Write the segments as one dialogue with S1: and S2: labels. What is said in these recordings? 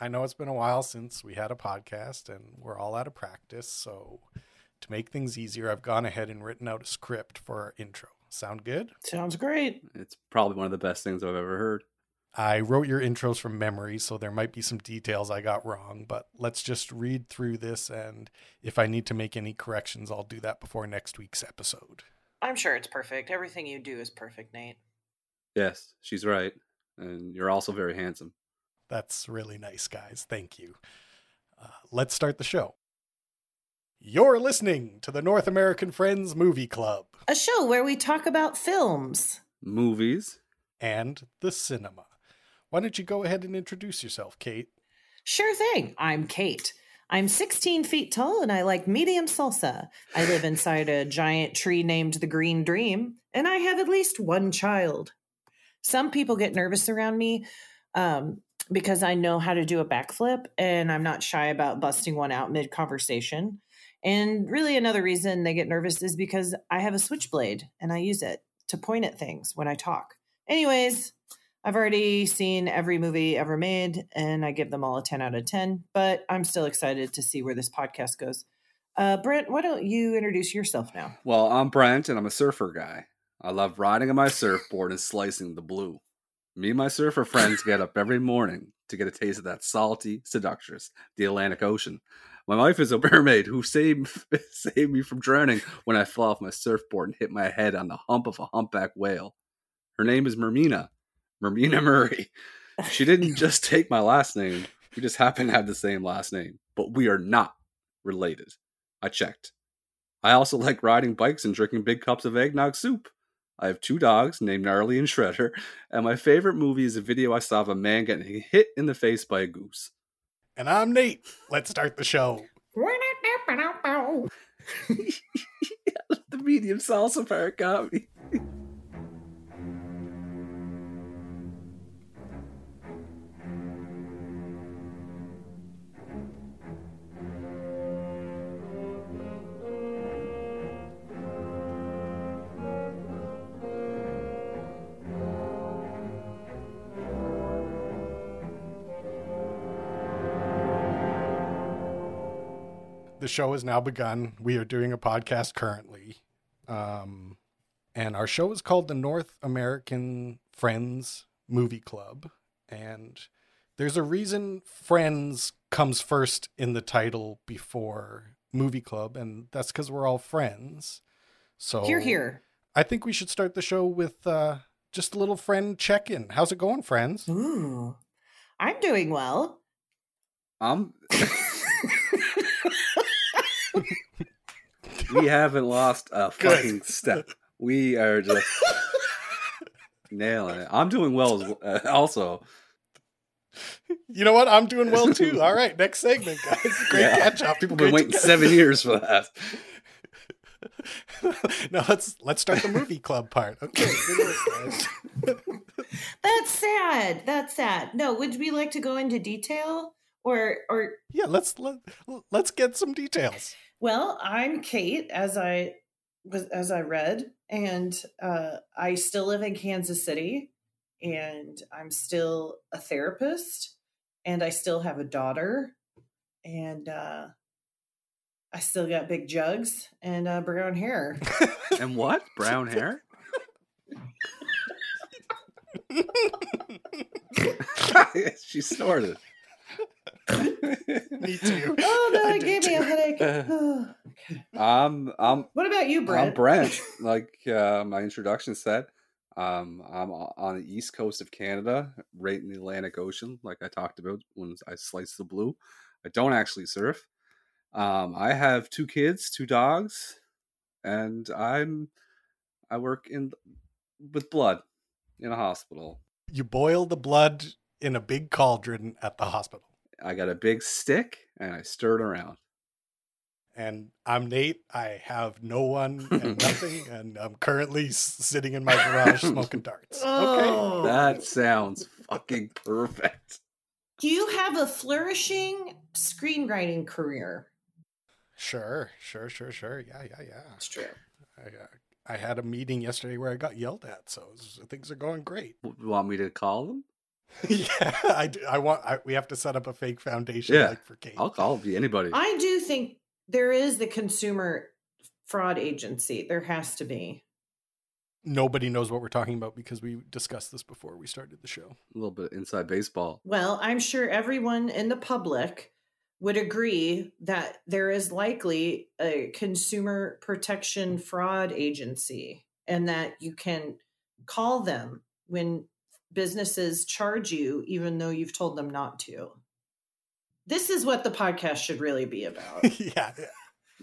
S1: I know it's been a while since we had a podcast and we're all out of practice. So, to make things easier, I've gone ahead and written out a script for our intro. Sound good?
S2: Sounds great.
S3: It's probably one of the best things I've ever heard.
S1: I wrote your intros from memory, so there might be some details I got wrong, but let's just read through this. And if I need to make any corrections, I'll do that before next week's episode.
S2: I'm sure it's perfect. Everything you do is perfect, Nate.
S3: Yes, she's right. And you're also very handsome.
S1: That's really nice, guys. Thank you. Uh, let's start the show. You're listening to the North American Friends Movie Club
S4: A show where we talk about films.
S3: Movies.
S1: and the cinema. Why don't you go ahead and introduce yourself, Kate?
S4: Sure thing. I'm Kate. I'm 16 feet tall and I like medium salsa. I live inside a giant tree named the Green Dream, and I have at least one child. Some people get nervous around me um, because I know how to do a backflip and I'm not shy about busting one out mid conversation. And really, another reason they get nervous is because I have a switchblade and I use it to point at things when I talk. Anyways, I've already seen every movie ever made, and I give them all a 10 out of 10, but I'm still excited to see where this podcast goes. Uh, Brent, why don't you introduce yourself now?
S3: Well, I'm Brent, and I'm a surfer guy. I love riding on my surfboard and slicing the blue. Me and my surfer friends get up every morning to get a taste of that salty seductress, the Atlantic Ocean. My wife is a mermaid who saved, saved me from drowning when I fell off my surfboard and hit my head on the hump of a humpback whale. Her name is Mermina. Mermina Murray. She didn't just take my last name. We just happen to have the same last name, but we are not related. I checked. I also like riding bikes and drinking big cups of eggnog soup. I have two dogs named Gnarly and Shredder, and my favorite movie is a video I saw of a man getting hit in the face by a goose.
S1: And I'm Nate. Let's start the show.
S3: The medium salsa part got me.
S1: The show has now begun. We are doing a podcast currently. Um, and our show is called the North American Friends Movie Club. And there's a reason Friends comes first in the title before Movie Club, and that's because we're all friends. So
S4: Here, here.
S1: I think we should start the show with uh, just a little friend check in. How's it going, friends?
S4: Ooh, I'm doing well.
S3: Um, we haven't lost a fucking step. We are just nailing it. I'm doing well as well, uh, also.
S1: You know what? I'm doing well too. All right, next segment, guys. Great
S3: Yeah.
S1: catch up.
S3: People been waiting seven years for that.
S1: now let's let's start the movie club part. Okay. good work, guys.
S4: That's sad. That's sad. No, would we like to go into detail? Or, or
S1: yeah, let's let, let's get some details.
S4: well, I'm Kate, as I was, as I read, and uh, I still live in Kansas City, and I'm still a therapist, and I still have a daughter, and uh, I still got big jugs and uh, brown hair.
S3: And what? Brown hair? she snorted.
S1: Me too.
S4: Oh no,
S1: I
S4: it
S1: do
S4: gave me
S1: too.
S4: a
S1: Uh-huh.
S4: headache.
S3: Uh. I'm I'm
S4: what about you, Brent?
S3: I'm Brent. Like uh, my introduction said, um, I'm o- on the east coast of Canada, right in the Atlantic Ocean, like I talked about when I sliced the blue. I don't actually surf. Um, I have two kids, two dogs, and I'm I work in with blood in a hospital.
S1: You boil the blood in a big cauldron at the hospital.
S3: I got a big stick and I stir it around.
S1: And I'm Nate. I have no one and nothing, and I'm currently s- sitting in my garage smoking darts.
S4: Oh.
S3: That sounds fucking perfect.
S4: Do you have a flourishing screenwriting career?
S1: Sure, sure, sure, sure. Yeah, yeah, yeah.
S4: true.
S1: I, uh, I had a meeting yesterday where I got yelled at, so s- things are going great.
S3: W- Want me to call them?
S1: yeah, I, d- I want. I, we have to set up a fake foundation,
S3: Yeah.
S1: like for Kate.
S3: I'll call anybody.
S4: I do think there is the consumer fraud agency. There has to be.
S1: Nobody knows what we're talking about because we discussed this before we started the show.
S3: A little bit of inside baseball.
S4: Well, I'm sure everyone in the public would agree that there is likely a consumer protection fraud agency and that you can call them when businesses charge you, even though you've told them not to. This is what the podcast should really be about.
S1: yeah,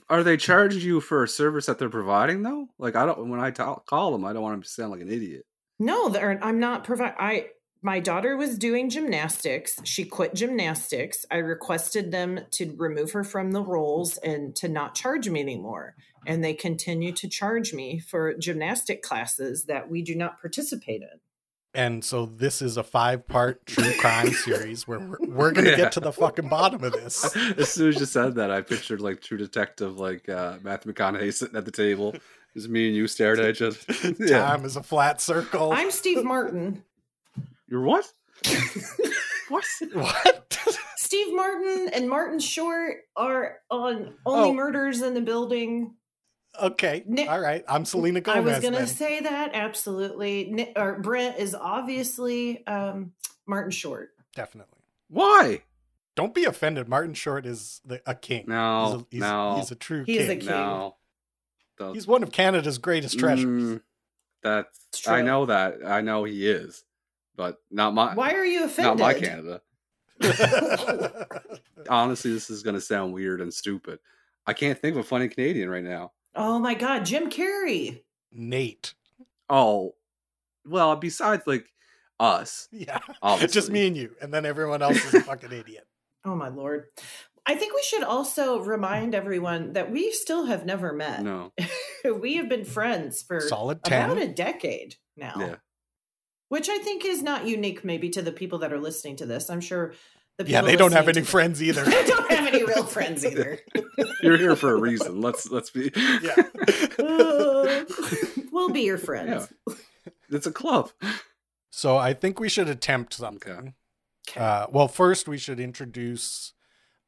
S3: Are they charging you for a service that they're providing though? Like I don't. When I ta- call them, I don't want them to sound like an idiot.
S4: No, the, or I'm not provide. I my daughter was doing gymnastics. She quit gymnastics. I requested them to remove her from the rolls and to not charge me anymore. And they continue to charge me for gymnastic classes that we do not participate in.
S1: and so this is a five-part true crime series where we're, we're gonna
S3: Yeah.
S1: get to the fucking bottom of this.
S3: as soon as you said that, I pictured like True Detective, like uh, Matthew McConaughey sitting at the table. It was me and you stared at each other. yeah,
S1: Time is a flat circle.
S4: I'm Steve Martin.
S3: you're what?
S4: what?
S1: What?
S4: Steve Martin and Martin Short are on Only
S1: Oh.
S4: Murders in the Building.
S1: okay,
S4: Nick-
S1: all right. I'm Selena Gomez.
S4: I was going to
S1: then.
S4: say that absolutely. Ni- or Brent is obviously um, Martin Short.
S1: Definitely.
S3: Why?
S1: Don't be offended. Martin Short is the, a king.
S3: No,
S1: he's a, he's,
S3: no.
S1: he's a true
S4: He is a
S1: king.
S4: king.
S3: No, Don't-
S1: He's one of Canada's greatest treasures.
S3: Mm, that's
S4: It's
S3: I
S4: true.
S3: know that. I know he is, but not my
S4: Why are you
S3: not
S4: offended?
S3: my Canada. Honestly, this is gonna sound weird and stupid. I can't think of a funny Canadian right now.
S4: Oh my God, Jim Carrey.
S1: Nate.
S3: Oh, well, besides like us,
S1: Yeah.
S3: obviously.
S1: Just me and you. And then everyone else is a fucking idiot.
S4: Oh my Lord. I think we should also remind everyone that we still have never met.
S3: No,
S4: we have been friends for
S1: Solid 10.
S4: about a decade now,
S3: yeah.
S4: which I think is not unique maybe to the people that are listening to this. I'm sure the people
S1: yeah, they don't have any
S4: listening to
S1: friends either.
S4: this- they don't have any real friends either.
S3: You're here for a reason. Let's let's be.
S1: yeah.
S4: Uh, we'll be your friends.
S3: It's a club.
S1: so I think we should attempt something.
S4: Okay.
S1: Uh, well, first, we should introduce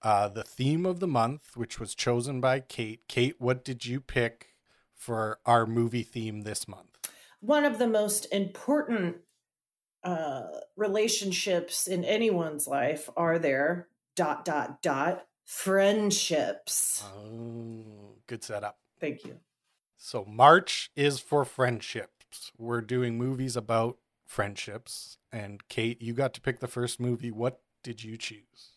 S1: uh, the theme of the month, which was chosen by Kate. Kate, what did you pick for our movie theme this month?
S4: one of the most important uh, relationships in anyone's life are their dot dot dot friendships.
S1: Oh, good setup.
S4: Thank you.
S1: So March is for friendships. We're doing movies about friendships. And Kate, you got to pick the first movie. What did you choose?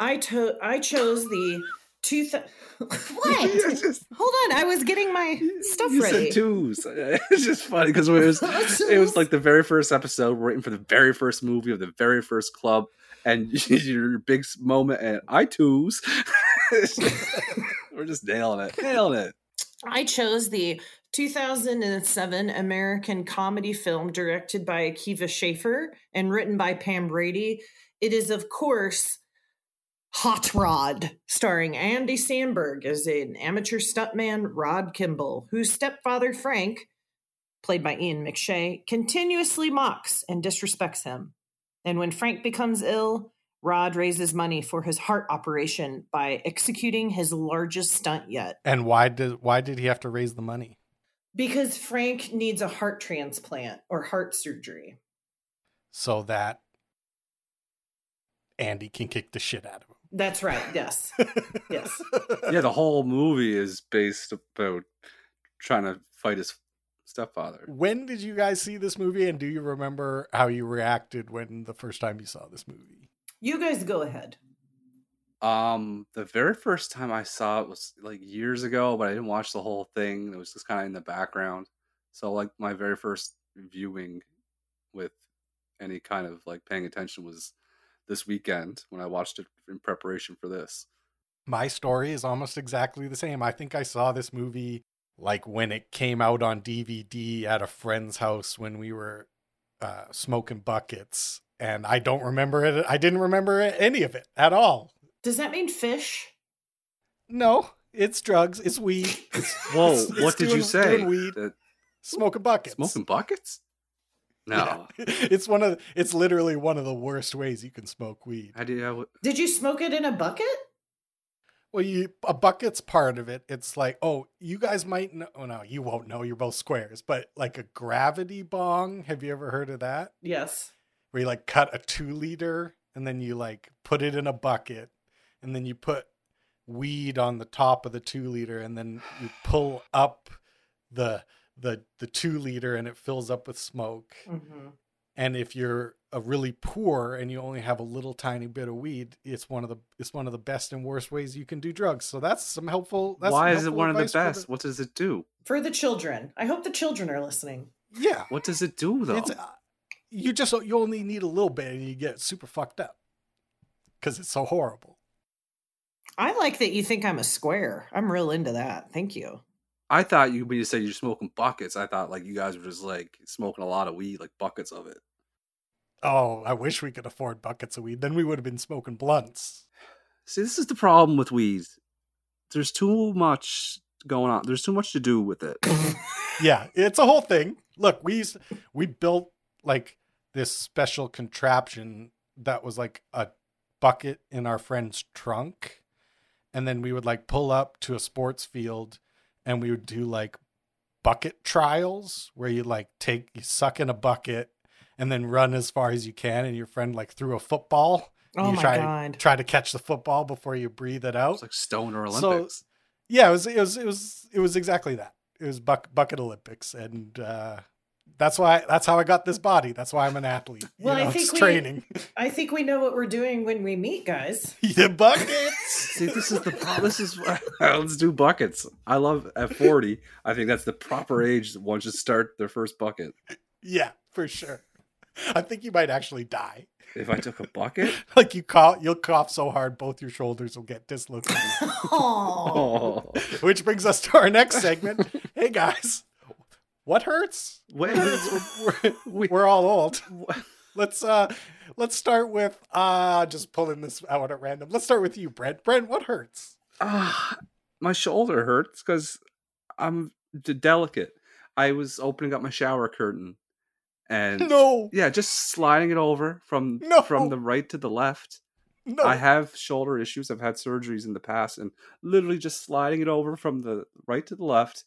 S4: I to- I chose the two. Th-
S3: You're just-
S4: Hold on, I was getting my stuff
S3: you
S4: ready.
S3: said twos. It's just funny because it was it was like the very first episode. We're waiting for the very first movie of the very first club, and your big s- moment and I twos. We're just nailing it, nailing it.
S4: I chose the 2007 American comedy film directed by Akiva Schaffer and written by Pam Brady. It is, of course, Hot Rod, starring Andy Sandberg as an amateur stuntman, Rod Kimball, whose stepfather, Frank, played by Ian McShay, continuously mocks and disrespects him. And when Frank becomes ill, Rod raises money for his heart operation by executing his largest stunt yet
S1: And why did why did he have to raise the money?
S4: because Frank needs a heart transplant or heart surgery.
S1: So that Andy can kick the shit out of
S4: That's right. Yes.
S1: him.
S4: Yes.
S3: Yeah, the whole movie is based about trying to fight his stepfather.
S1: When did you guys see this movie and do you remember how you reacted when the first time you saw this movie?
S4: You guys go ahead.
S3: Um, the very first time I saw it was like years ago, but I didn't watch the whole thing. It was just kind of in the background. So like my very first viewing with any kind of like paying attention was this weekend when I watched it in preparation for this.
S1: my story is almost exactly the same. I think I saw this movie like when it came out on DVD at a friend's house when we were uh, smoking buckets, and I don't remember it. I didn't remember any of it at all.
S4: Does that mean fish?
S1: No, it's drugs, it's weed,
S3: Whoa,
S1: It's- it's
S3: what did you
S1: doing-
S3: say?
S1: doing weed.
S3: That-
S1: smoking buckets.
S3: smoking buckets? No.
S1: it's one of it's literally one of the worst ways you can smoke weed.
S3: How do you? how-
S4: Did you smoke it in a bucket?
S1: Well, you a bucket's part of it. It's like, oh, you guys might know. Oh no, you won't know. You're both squares, but like a gravity bong. Have you ever heard of that?
S4: Yes.
S1: Where you like cut a two liter and then you like put it in a bucket, and then you put weed on the top of the two liter, and then you pull up the the the two liter, and it fills up with smoke.
S4: Mm-hmm.
S1: and if you're a really poor and you only have a little tiny bit of weed it's one of the it's one of the best and worst ways you can do drugs so that's some helpful that's some
S3: Why is it
S1: helpful
S3: one of the
S1: advice for
S3: best? What does it do?
S4: For the children. I hope the children are listening.
S1: yeah
S3: What does it do though?
S1: it's uh, you just you only need a little bit and you get super fucked up because it's so horrible
S4: I like that you think I'm a square. I'm real into that. Thank you.
S3: I thought you when you said you're smoking buckets, I thought like you guys were just like smoking a lot of weed, like buckets of it.
S1: oh i wish we could afford buckets of weed then we would have been smoking blunts
S3: See, this is the problem with weed. There's too much going on. There's too much to do with it.
S1: yeah, it's a whole thing. Look, we used, we built like this special contraption that was like a bucket in our friend's trunk, and then we would like pull up to a sports field, and we would do like bucket trials where you like take you suck in a bucket and then run as far as you can, and your friend like threw a football.
S4: Oh
S1: you
S4: my
S1: try
S4: god.
S1: to try to catch the football before you breathe it out.
S3: It's like stoner
S1: So-
S3: Olympics.
S1: Yeah, it was it was it was it was exactly that. It was buck, bucket Olympics, and uh, that's why that's how I got this body. That's why I'm an athlete. You
S4: Well, I
S1: know,
S4: think
S1: it's
S4: we-
S1: training
S4: I think we know what we're doing when we meet, guys.
S1: the buckets.
S3: See, this is the problem. This is let's do buckets. I love at forty. I think that's the proper age that one should start their first bucket.
S1: yeah, for sure. I think you might actually die.
S3: If I took a bucket,
S1: Like you cough, you'll cough so hard both your shoulders will get dislocated.
S4: Aww.
S3: oh,
S1: Which brings us to our next segment. hey guys, what hurts?
S3: wait,
S1: We're,
S3: we,
S1: we're all old. Let's uh let's start with uh just pulling this out at random. Let's start with you, Brent. Brent, what hurts?
S3: Ah, my shoulder hurts because I'm d- delicate. I was opening up my shower curtain, and
S1: No,
S3: yeah, just sliding it over from
S1: No.
S3: from the right to the left.
S1: no.
S3: I have shoulder issues. I've had surgeries in the past, and literally just sliding it over from the right to the left,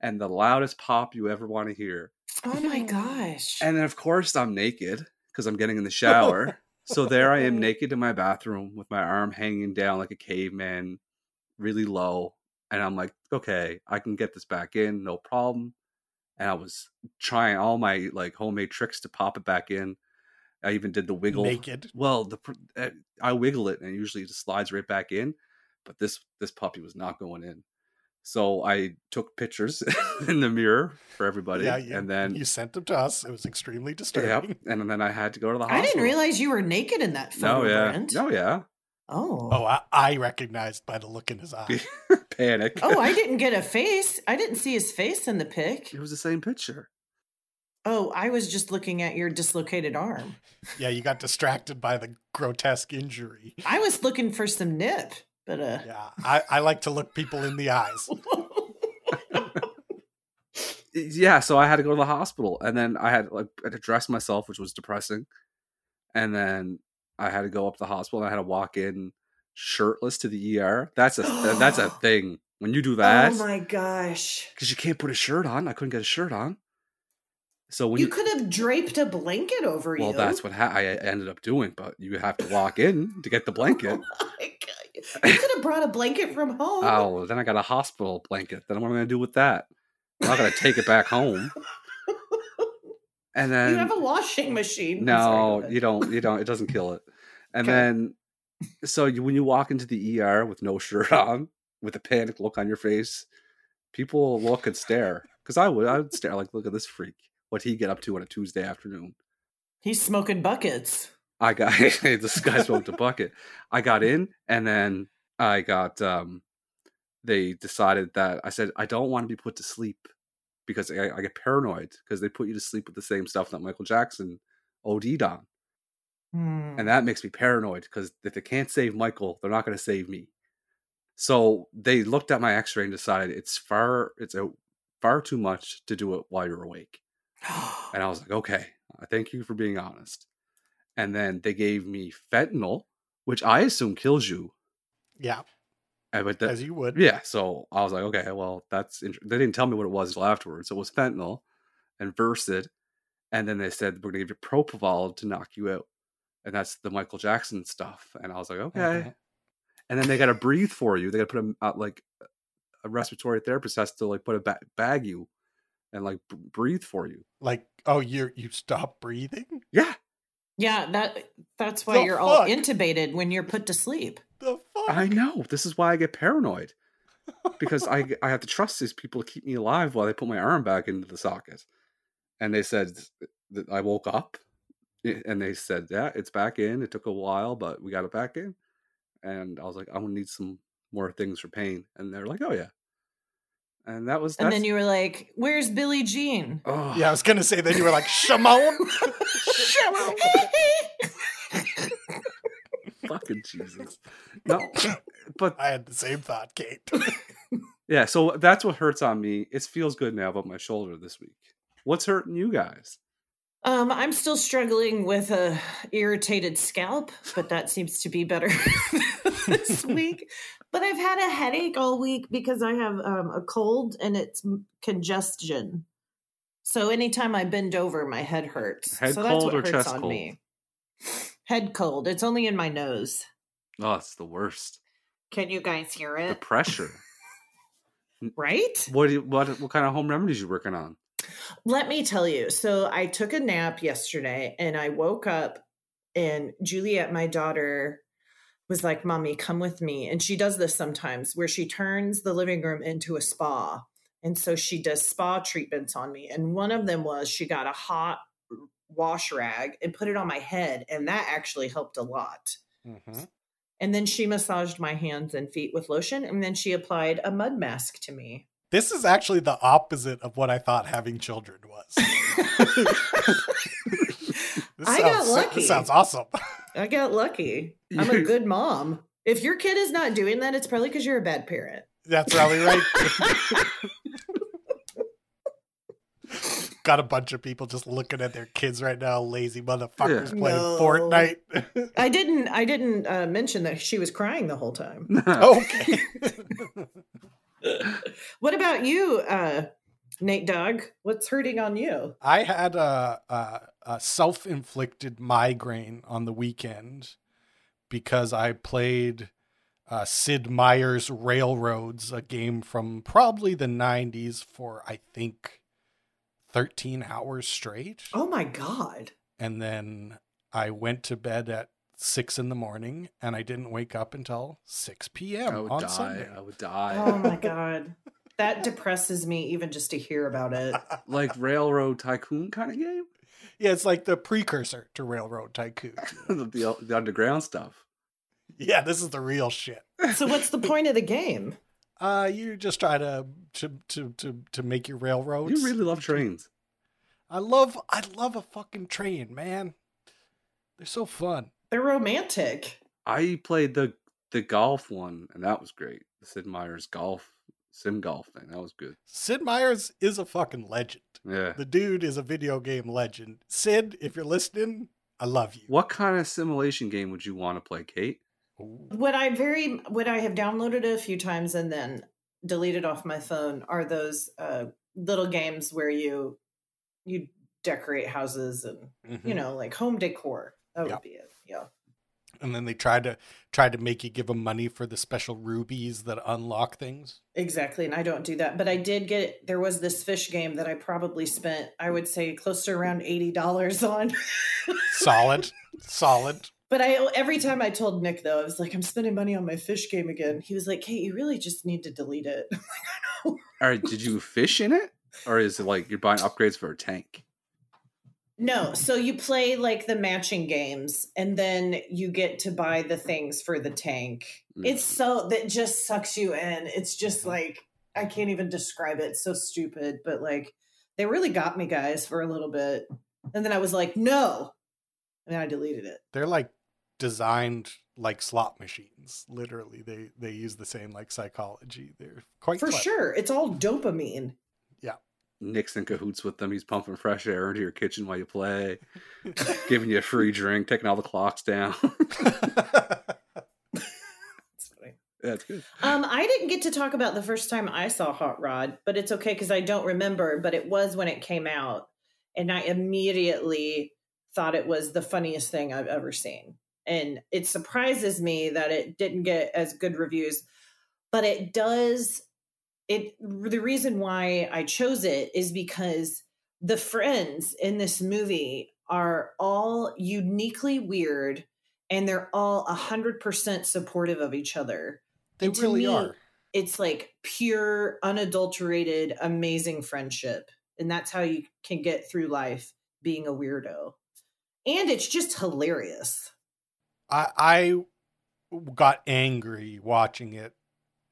S3: and the loudest pop you ever want to hear.
S4: Oh my gosh.
S3: And then, of course, I'm naked because I'm getting in the shower. so there I am, naked in my bathroom with my arm hanging down like a caveman, really low. And I'm like, okay, I can get this back in, no problem. And I was trying all my like homemade tricks to pop it back in. I even did the wiggle.
S1: naked.
S3: Well, the pr- uh, I wiggle it and it usually just slides right back in, but this this puppy was not going in. So I took pictures in the mirror for everybody,
S1: yeah, you,
S3: and then
S1: you sent them to us. It was extremely
S3: Yep.
S1: disturbing.
S3: And then I had to go to the
S4: I
S3: hospital.
S4: didn't realize you were naked in that photo.
S3: No, yeah.
S4: Brent.
S3: No, yeah.
S4: Oh.
S1: Oh, I, I recognized by the look in his eye.
S3: Panic.
S4: oh, I didn't get a face. I didn't see his face in the pic.
S3: It was the same picture.
S4: Oh, I was just looking at your dislocated arm.
S1: yeah, you got distracted by the grotesque injury.
S4: I was looking for some nip, but uh. Oh
S1: Yeah, I, I like to look people in the eyes.
S3: Yeah, so I had to go to the hospital, and then I had like I had to dress myself, which was depressing. And then I had to go up to the hospital, and I had to walk in shirtless to the ER. That's a that's a thing when you do that
S4: oh my gosh.
S3: because you can't put a shirt on. I couldn't get a shirt on. So when
S4: You could have draped a blanket over
S3: well,
S4: you.
S3: that's what ha- I ended up doing, but you have to walk in to get the blanket.
S4: Oh my God. You could have brought a blanket from home.
S3: Oh, then I got a hospital blanket. Then what am I going to do with that? I'm not going to take it back home. And then
S4: you have a washing machine. I'm sorry, go
S3: no,
S4: ahead.
S3: you don't. You don't. It doesn't kill it. And
S4: Okay.
S3: then so you, when you walk into the ER with no shirt on, with a panic look on your face, people look and stare. Because I would, I would stare like, look at this freak. What he get up to on a Tuesday afternoon?
S4: He's smoking buckets.
S3: I got this guy smoked a bucket. I got in, and then I got. um They decided that I said I don't want to be put to sleep because I, I get paranoid because they put you to sleep with the same stuff that Michael Jackson OD'd on,
S4: Hmm.
S3: and that makes me paranoid because if they can't save Michael, they're not going to save me. So they looked at my X-ray and decided it's far it's a, far too much to do it while you're awake. And I was like, okay, I thank you for being honest. And then they gave me fentanyl, which I assume kills you.
S1: Yeah,
S3: And but the,
S1: as you would.
S3: yeah, so I was like, okay, well, that's inter-. they didn't tell me what it was until afterwards. So it was fentanyl and Versed, and then they said we're gonna give you propofol to knock you out, and that's the Michael Jackson stuff. And I was like, okay,
S1: Mhm.
S3: and then they gotta breathe for you. They gotta put a uh, like a respiratory therapist has to like put a ba- bag you and like b- breathe for you.
S1: Like, oh, you you stop breathing?
S3: Yeah,
S4: Yeah, that that's why
S1: The
S4: you're all
S1: fuck?
S4: intubated when you're put to sleep.
S1: The fuck?
S3: I know. This is why I get paranoid because I I have to trust these people to keep me alive while they put my arm back into the socket. And they said that I woke up, i- and they said, "Yeah, it's back in. It took a while, but we got it back in." And I was like, "I'm gonna need some more things for pain." And they're like, "Oh yeah." And that was
S4: And
S3: that's-
S4: then you were like, "Where's Billie Jean?"
S3: oh
S1: Yeah, I was gonna say. Then you were like, Shimon.
S3: fucking Jesus no but
S1: I had the same thought, Kate.
S3: yeah so that's what hurts on me it feels good now about my shoulder this week what's hurting you guys
S4: um, I'm still struggling with a irritated scalp, but that seems to be better this week. But I've had a headache all week because I have um, a cold and it's m- congestion. So anytime I bend over, my head hurts.
S3: Head
S4: so
S3: cold or chest cold?
S4: Head cold. It's only in my nose.
S3: oh it's the worst
S4: Can you guys hear
S3: the
S4: it?
S3: pressure
S4: right?
S3: what do you- what what kind of home remedies you working on
S4: Let me tell you. So I took a nap yesterday and I woke up and Juliet, my daughter, was like, Mommy, come with me. And she does this sometimes where she turns the living room into a spa. And so she does spa treatments on me. And one of them was she got a hot wash rag and put it on my head. And that actually helped a lot. And then she massaged my hands and feet with lotion. And then she applied a mud mask to me.
S1: This is actually the opposite of what I thought having children was. This
S4: I
S1: sounds,
S4: got
S1: so-
S4: lucky.
S1: This sounds awesome.
S4: I got lucky. I'm a
S3: You-
S4: good mom. If your kid is not doing that, it's probably because you're a bad parent.
S1: That's probably right. Got a bunch of people just looking at their kids right now, lazy motherfuckers
S4: Yeah.
S1: playing
S4: No.
S1: Fortnite.
S4: I didn't. I didn't uh, mention that she was crying the whole time.
S1: okay.
S4: What about you, uh, Nate Dog? What's hurting on you?
S1: I had a, a, a self inflicted migraine on the weekend because I played uh, Sid Meier's Railroads, a game from probably the 90s, for I think 13 hours straight.
S4: Oh my god!
S1: and then I went to bed at six in the morning, and I didn't wake up until six p.m.
S3: I would
S1: on
S3: die.
S1: Sunday.
S3: I would die.
S4: Oh my god! That depresses me even just to hear about it.
S3: Like railroad tycoon kind of game,
S1: yeah, it's like the precursor to Railroad Tycoon.
S3: the, the uh, the underground stuff.
S1: yeah, this is the real shit.
S4: So what's the point of the game?
S1: Uh, you just try to to to to, to make your railroads.
S3: You really love trains.
S1: I love I love a fucking train, man. They're so fun.
S4: They're romantic.
S3: I played the the golf one, and that was great. The Sid Meier's golf sim golf thing that was good.
S1: Sid Meier's is a fucking legend.
S3: Yeah.
S1: The dude is a video game legend. Sid, if you're listening, I love you.
S3: What kind of simulation game would you want to play, Kate?
S1: Ooh.
S4: What I very what I have downloaded a few times and then deleted off my phone are those uh, little games where you you decorate houses and
S1: Mhm.
S4: you know like home decor. That
S1: Yeah.
S4: would be it. Yeah.
S1: and then they try to try to make you give them money for the special rubies that unlock things.
S4: Exactly, and I don't do that. But I did get there was this fish game that I probably spent I would say close to around eighty dollars on.
S1: Solid, solid.
S4: But I every time I told Nick though, I was like, I'm spending money on my fish game again. He was like, Kate, you really just need to delete it.
S3: All right, did you fish in it, or is it like you're buying upgrades for a tank?
S4: No, so you play like the matching games and then you get to buy the things for the tank.
S3: Mm.
S4: It's so that just sucks you in. It's just
S1: Mhm.
S4: like I can't even describe it. It's so stupid, but like they really got me guys for a little bit. And then I was like, "No." And I deleted it.
S1: They're like designed like slot machines. Literally, they they use the same like psychology. They're quite
S4: For
S1: clever.
S4: sure. It's all dopamine.
S1: Yeah.
S3: Nick's in cahoots with them. He's pumping fresh air into your kitchen while you play, giving you a free drink, taking all the clocks down.
S4: That's funny.
S3: That's good.
S4: Um, I didn't get to talk about the first time I saw Hot Rod, but it's okay because I don't remember. But it was when it came out, and I immediately thought it was the funniest thing I've ever seen. And it surprises me that it didn't get as good reviews, but it does. It the reason why I chose it is because the friends in this movie are all uniquely weird, and they're all hundred percent supportive of each other
S1: they
S4: And to
S1: really
S4: me-
S1: are.
S4: it's like pure, unadulterated, amazing friendship. And that's how you can get through life being a weirdo. And it's just hilarious.
S1: I, I got angry watching it,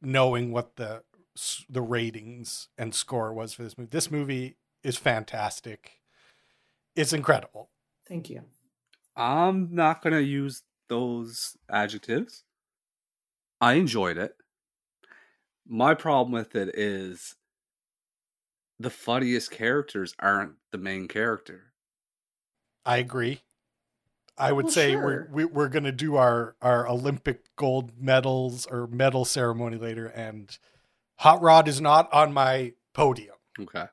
S1: knowing what the s- the ratings and score was for this movie. This movie is fantastic. It's incredible.
S4: Thank you.
S3: I'm not going to use those adjectives. I enjoyed it. My problem with it is the funniest characters aren't the main character.
S1: I agree. I would
S4: Well,
S1: say
S4: sure.
S1: we're we, we're going to do our our Olympic gold medals or medal ceremony later, and Hot Rod is not on my podium.
S3: Okay.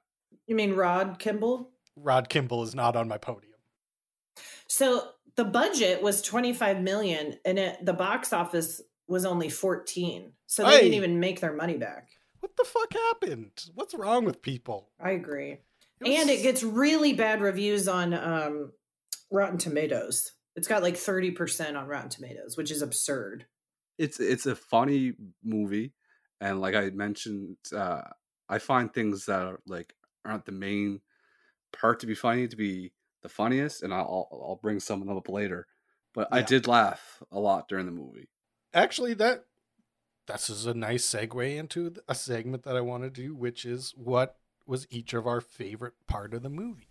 S4: You mean Rod Kimball?
S1: Rod Kimball is not on my podium.
S4: So the budget was 25 million and it, the box office was only 14. So they didn't
S1: Hey.
S4: even make their money back.
S1: What the fuck happened? What's wrong with people?
S4: I agree.
S1: was-
S4: And it gets really bad reviews on um, Rotten Tomatoes. It's got like 30% on Rotten Tomatoes, which is absurd.
S3: It's it's a funny movie and like I mentioned uh I find things that are like aren't the main part to be funny to be the funniest and I'll I'll I'll bring someone up later. But I
S1: Yeah.
S3: did laugh a lot during the movie.
S1: actually that this is a nice segue into th- a segment that I want to do, which is what was each of our favorite part of the movie.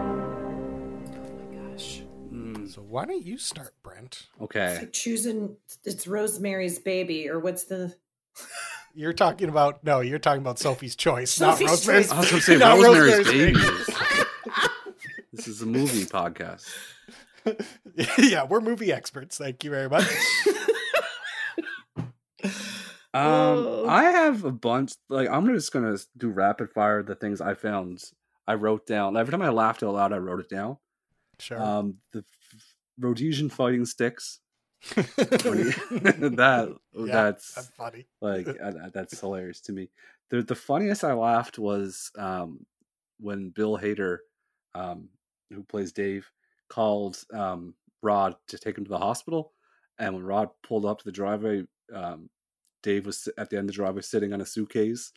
S4: Oh my gosh.
S3: Mm.
S1: So why don't you start, Brent?
S3: Okay.
S4: It's like choosing it's Rosemary's baby or what's the
S1: You're talking about no, you're talking about Sophie's Choice, not
S4: Sophie's
S1: Rosemary's.
S3: I was going to say
S1: not
S3: Rosemary's,
S1: Rosemary's
S3: Babies. this is a movie podcast.
S1: yeah, we're movie experts. Thank you very much.
S3: Um,
S4: Oh.
S3: I have a bunch. Like I'm just going to do rapid fire the things I found. I wrote down every time I laughed out loud. I wrote it down.
S1: Sure.
S3: Um, the f- Rhodesian fighting sticks. that
S1: Yeah,
S3: that's
S1: That's funny.
S3: like I, I- that's hilarious to me. The the funniest I laughed was um, when Bill Hader, um, who plays Dave, called um, Rod to take him to the hospital, and when Rod pulled up to the driveway, um, Dave was si- at the end of the driveway sitting on a suitcase,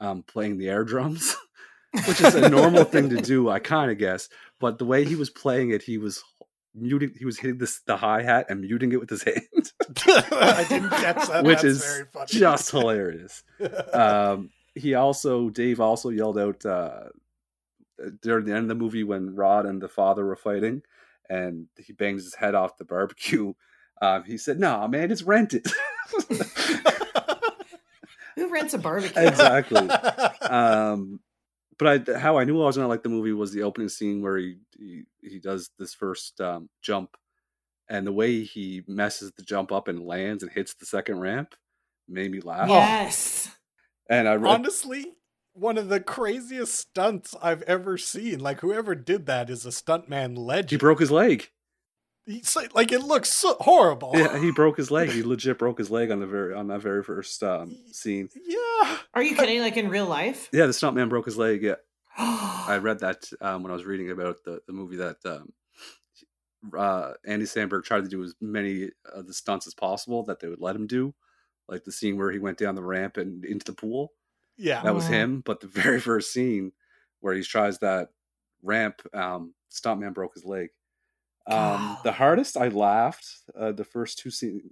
S3: um, playing the air drums, which is a normal thing to do, I kind of guess. But the way he was playing it, he was muting, he was hitting this the hi hat and muting it with his hand,
S1: I didn't catch that.
S3: which
S1: that's
S3: is
S1: very funny.
S3: just hilarious um, he also Dave also yelled out uh, during the end of the movie when Rod and the father were fighting, and he bangs his head off the barbecue. Um, he said, "Nah, man, it's rented."
S4: who rents a barbecue?
S3: exactly. Um, but I, how I knew I was gonna like the movie was the opening scene where he he, he does this first um, jump, and the way he messes the jump up and lands and hits the second ramp made me laugh.
S4: Yes.
S3: And I wrote
S1: honestly one of the craziest stunts I've ever seen. Like whoever did that is a stuntman
S3: he
S1: legend.
S3: broke his leg.
S1: He's like, like, it looks so horrible.
S3: Yeah, he broke his leg. He legit broke his leg on the very on that very first um, scene.
S1: yeah.
S4: Are you kidding? Like in real life?
S3: Yeah, the stuntman broke his leg. Yeah, I
S4: I
S3: read that um, when I was reading about the, the movie that um, uh, Andy Sandberg tried to do as many of the stunts as possible that they would let him do, like the scene where he went down the ramp and into the pool.
S1: Yeah.
S3: That was
S4: Mhm.
S3: him. But the very first scene where he tries that ramp, um, stuntman broke his leg. Um, the hardest I laughed, uh, the first two scenes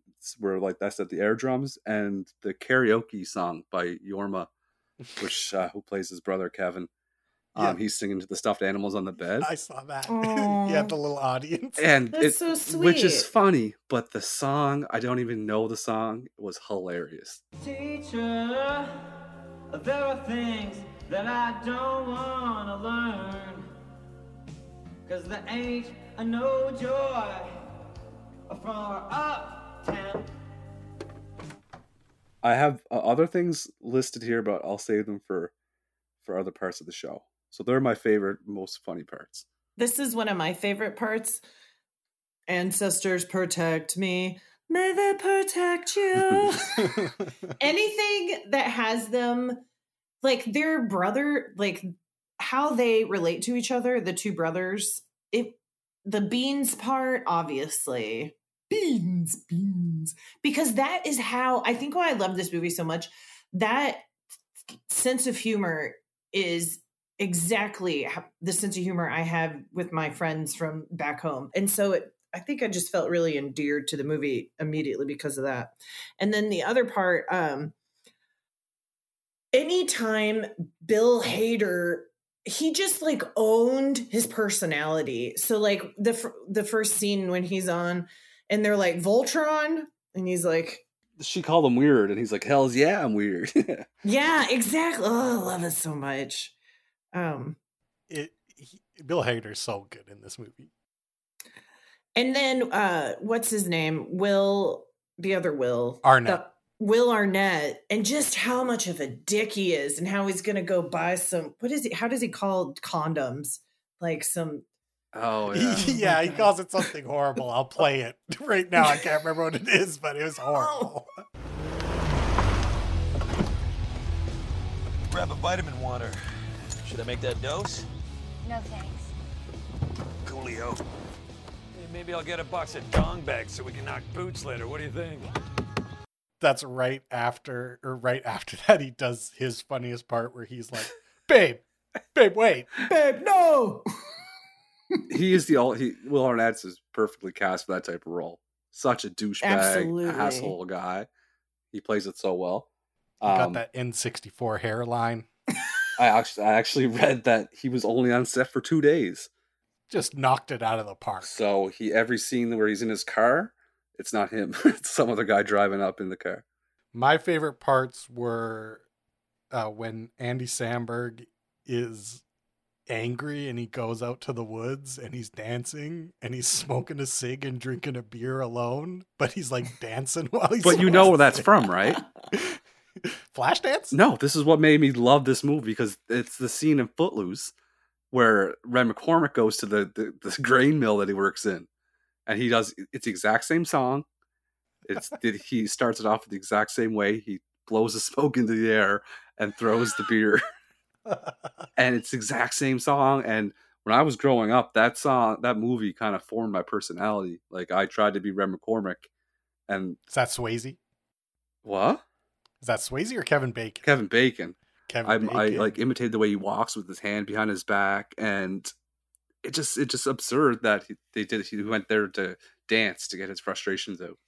S3: were like that's at the air drums and the karaoke song by Yorma which uh, who plays his brother Kevin. Um,
S1: Yeah.
S3: He's singing to the stuffed animals on the bed,
S1: I saw that. you
S4: Aw.
S1: had the little audience.
S3: and
S4: That's so
S3: which is
S4: sweet.
S3: funny. But the song, I don't even know the song, it was hilarious.
S5: Teacher, there are things that I don't want to learn. Cause there ain't a no joy from our uptown.
S3: I have uh, other things listed here, but I'll save them for for other parts of the show. So they're my favorite, most funny parts.
S4: This is one of my favorite parts. Ancestors protect me. May they protect you. Anything that has them, like their brother, like how they relate to each other, the two brothers. It, the beans part, obviously. Beans, beans. Because that is how I think why I love this movie so much. That sense of humor is exactly h- the sense of humor I have with my friends from back home. And so it, I think I just felt really endeared to the movie immediately because of that. And then the other part, um, anytime Bill Hader, he just like owned his personality. So like the fir- the first scene when he's on, and they're like Voltron, and he's like,
S3: She called him weird, and he's like, "Hell's yeah, I'm weird."
S4: yeah, exactly. Oh, I love it so much. Um,
S1: It, he, Bill Hader's so good in this movie.
S4: And then uh what's his name? Will the other Will
S1: Arnett.
S4: The- Will Arnett and just how much of a dick he is and how he's gonna go buy some what is it how does he call condoms? Like some
S3: oh
S1: Yeah,
S3: yeah,
S1: he,
S4: Oh my God.
S1: calls it something horrible. I'll play it right now. I can't remember what it is, but it was
S3: Oh.
S1: horrible.
S6: Grab a vitamin water. Should I make that dose?
S7: No thanks.
S6: Coolio. Hey, Maybe I'll get a box of dong bags so we can knock boots later. What do you think?
S1: That's right after, or right after that, he does his funniest part where he's like, "Babe, babe, wait."
S4: Babe, no
S3: he is the all. He Will Arnett's is perfectly cast for that type of role. Such a douchebag,
S4: Absolutely.
S3: asshole guy. He plays it so well.
S1: He got
S3: Um,
S1: that N64 hairline,
S3: I actually, I actually read that he was only on set for two days.
S1: just knocked it out of the park.
S3: So he every scene where he's in his car, it's not him. it's some other guy driving up in the car.
S1: My favorite parts were uh, when Andy Samberg is angry and he goes out to the woods and he's dancing and he's smoking a cig and drinking a beer alone, but he's like dancing while he's.
S3: But you know where that's from, right?
S1: Flashdance?
S3: No, this is what made me love this movie because it's the scene in Footloose where Red McCormick goes to the, the, the grain mill that he works in, and he does it's the exact same song. It's did he starts it off the exact same way. He blows the smoke into the air and throws the beer, and it's the exact same song. And when I was growing up, that song that movie kind of formed my personality. Like I tried to be Red McCormick, and
S1: Is that Swayze?
S3: what
S1: Is that Swayze or Kevin Bacon?
S3: Kevin Bacon.
S1: Kevin
S3: I'm, I like imitate the way he walks with his hand behind his back, and it just it's just absurd that he, they did. He went there to dance to get his frustrations out.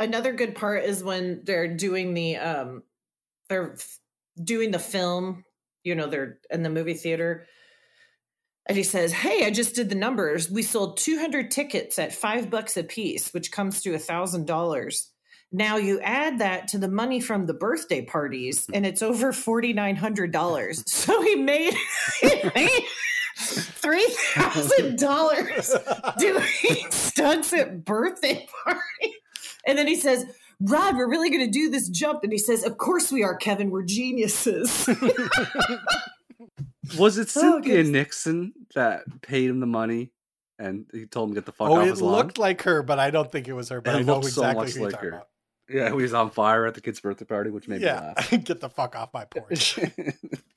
S4: Another good part is when they're doing the um they're f- doing the film, you know, they're in the movie theater. And he says, Hey, I just did the numbers. We sold 200 tickets at five bucks a piece, which comes to a thousand dollars. Now you add that to the money from the birthday parties, and it's over forty nine hundred dollars. So he made, he made three thousand dollars doing stunts at birthday party. And then he says, Rod, we're really going to do this jump. And he says, Of course we are, Kevin. We're geniuses.
S3: Was it Cynthia
S4: goodness.
S3: Nixon that paid him the money, and he told him to get the fuck
S1: oh,
S3: off
S1: it
S3: his lawn?
S1: looked like her, but I don't think it was her. But
S3: It
S1: I know
S3: looked so
S1: exactly
S3: much
S1: who you're
S3: like
S1: talking
S3: her.
S1: about.
S3: yeah, he was on fire at the kid's birthday party, which made
S1: yeah,
S3: me
S1: get the fuck off my porch.
S3: laugh.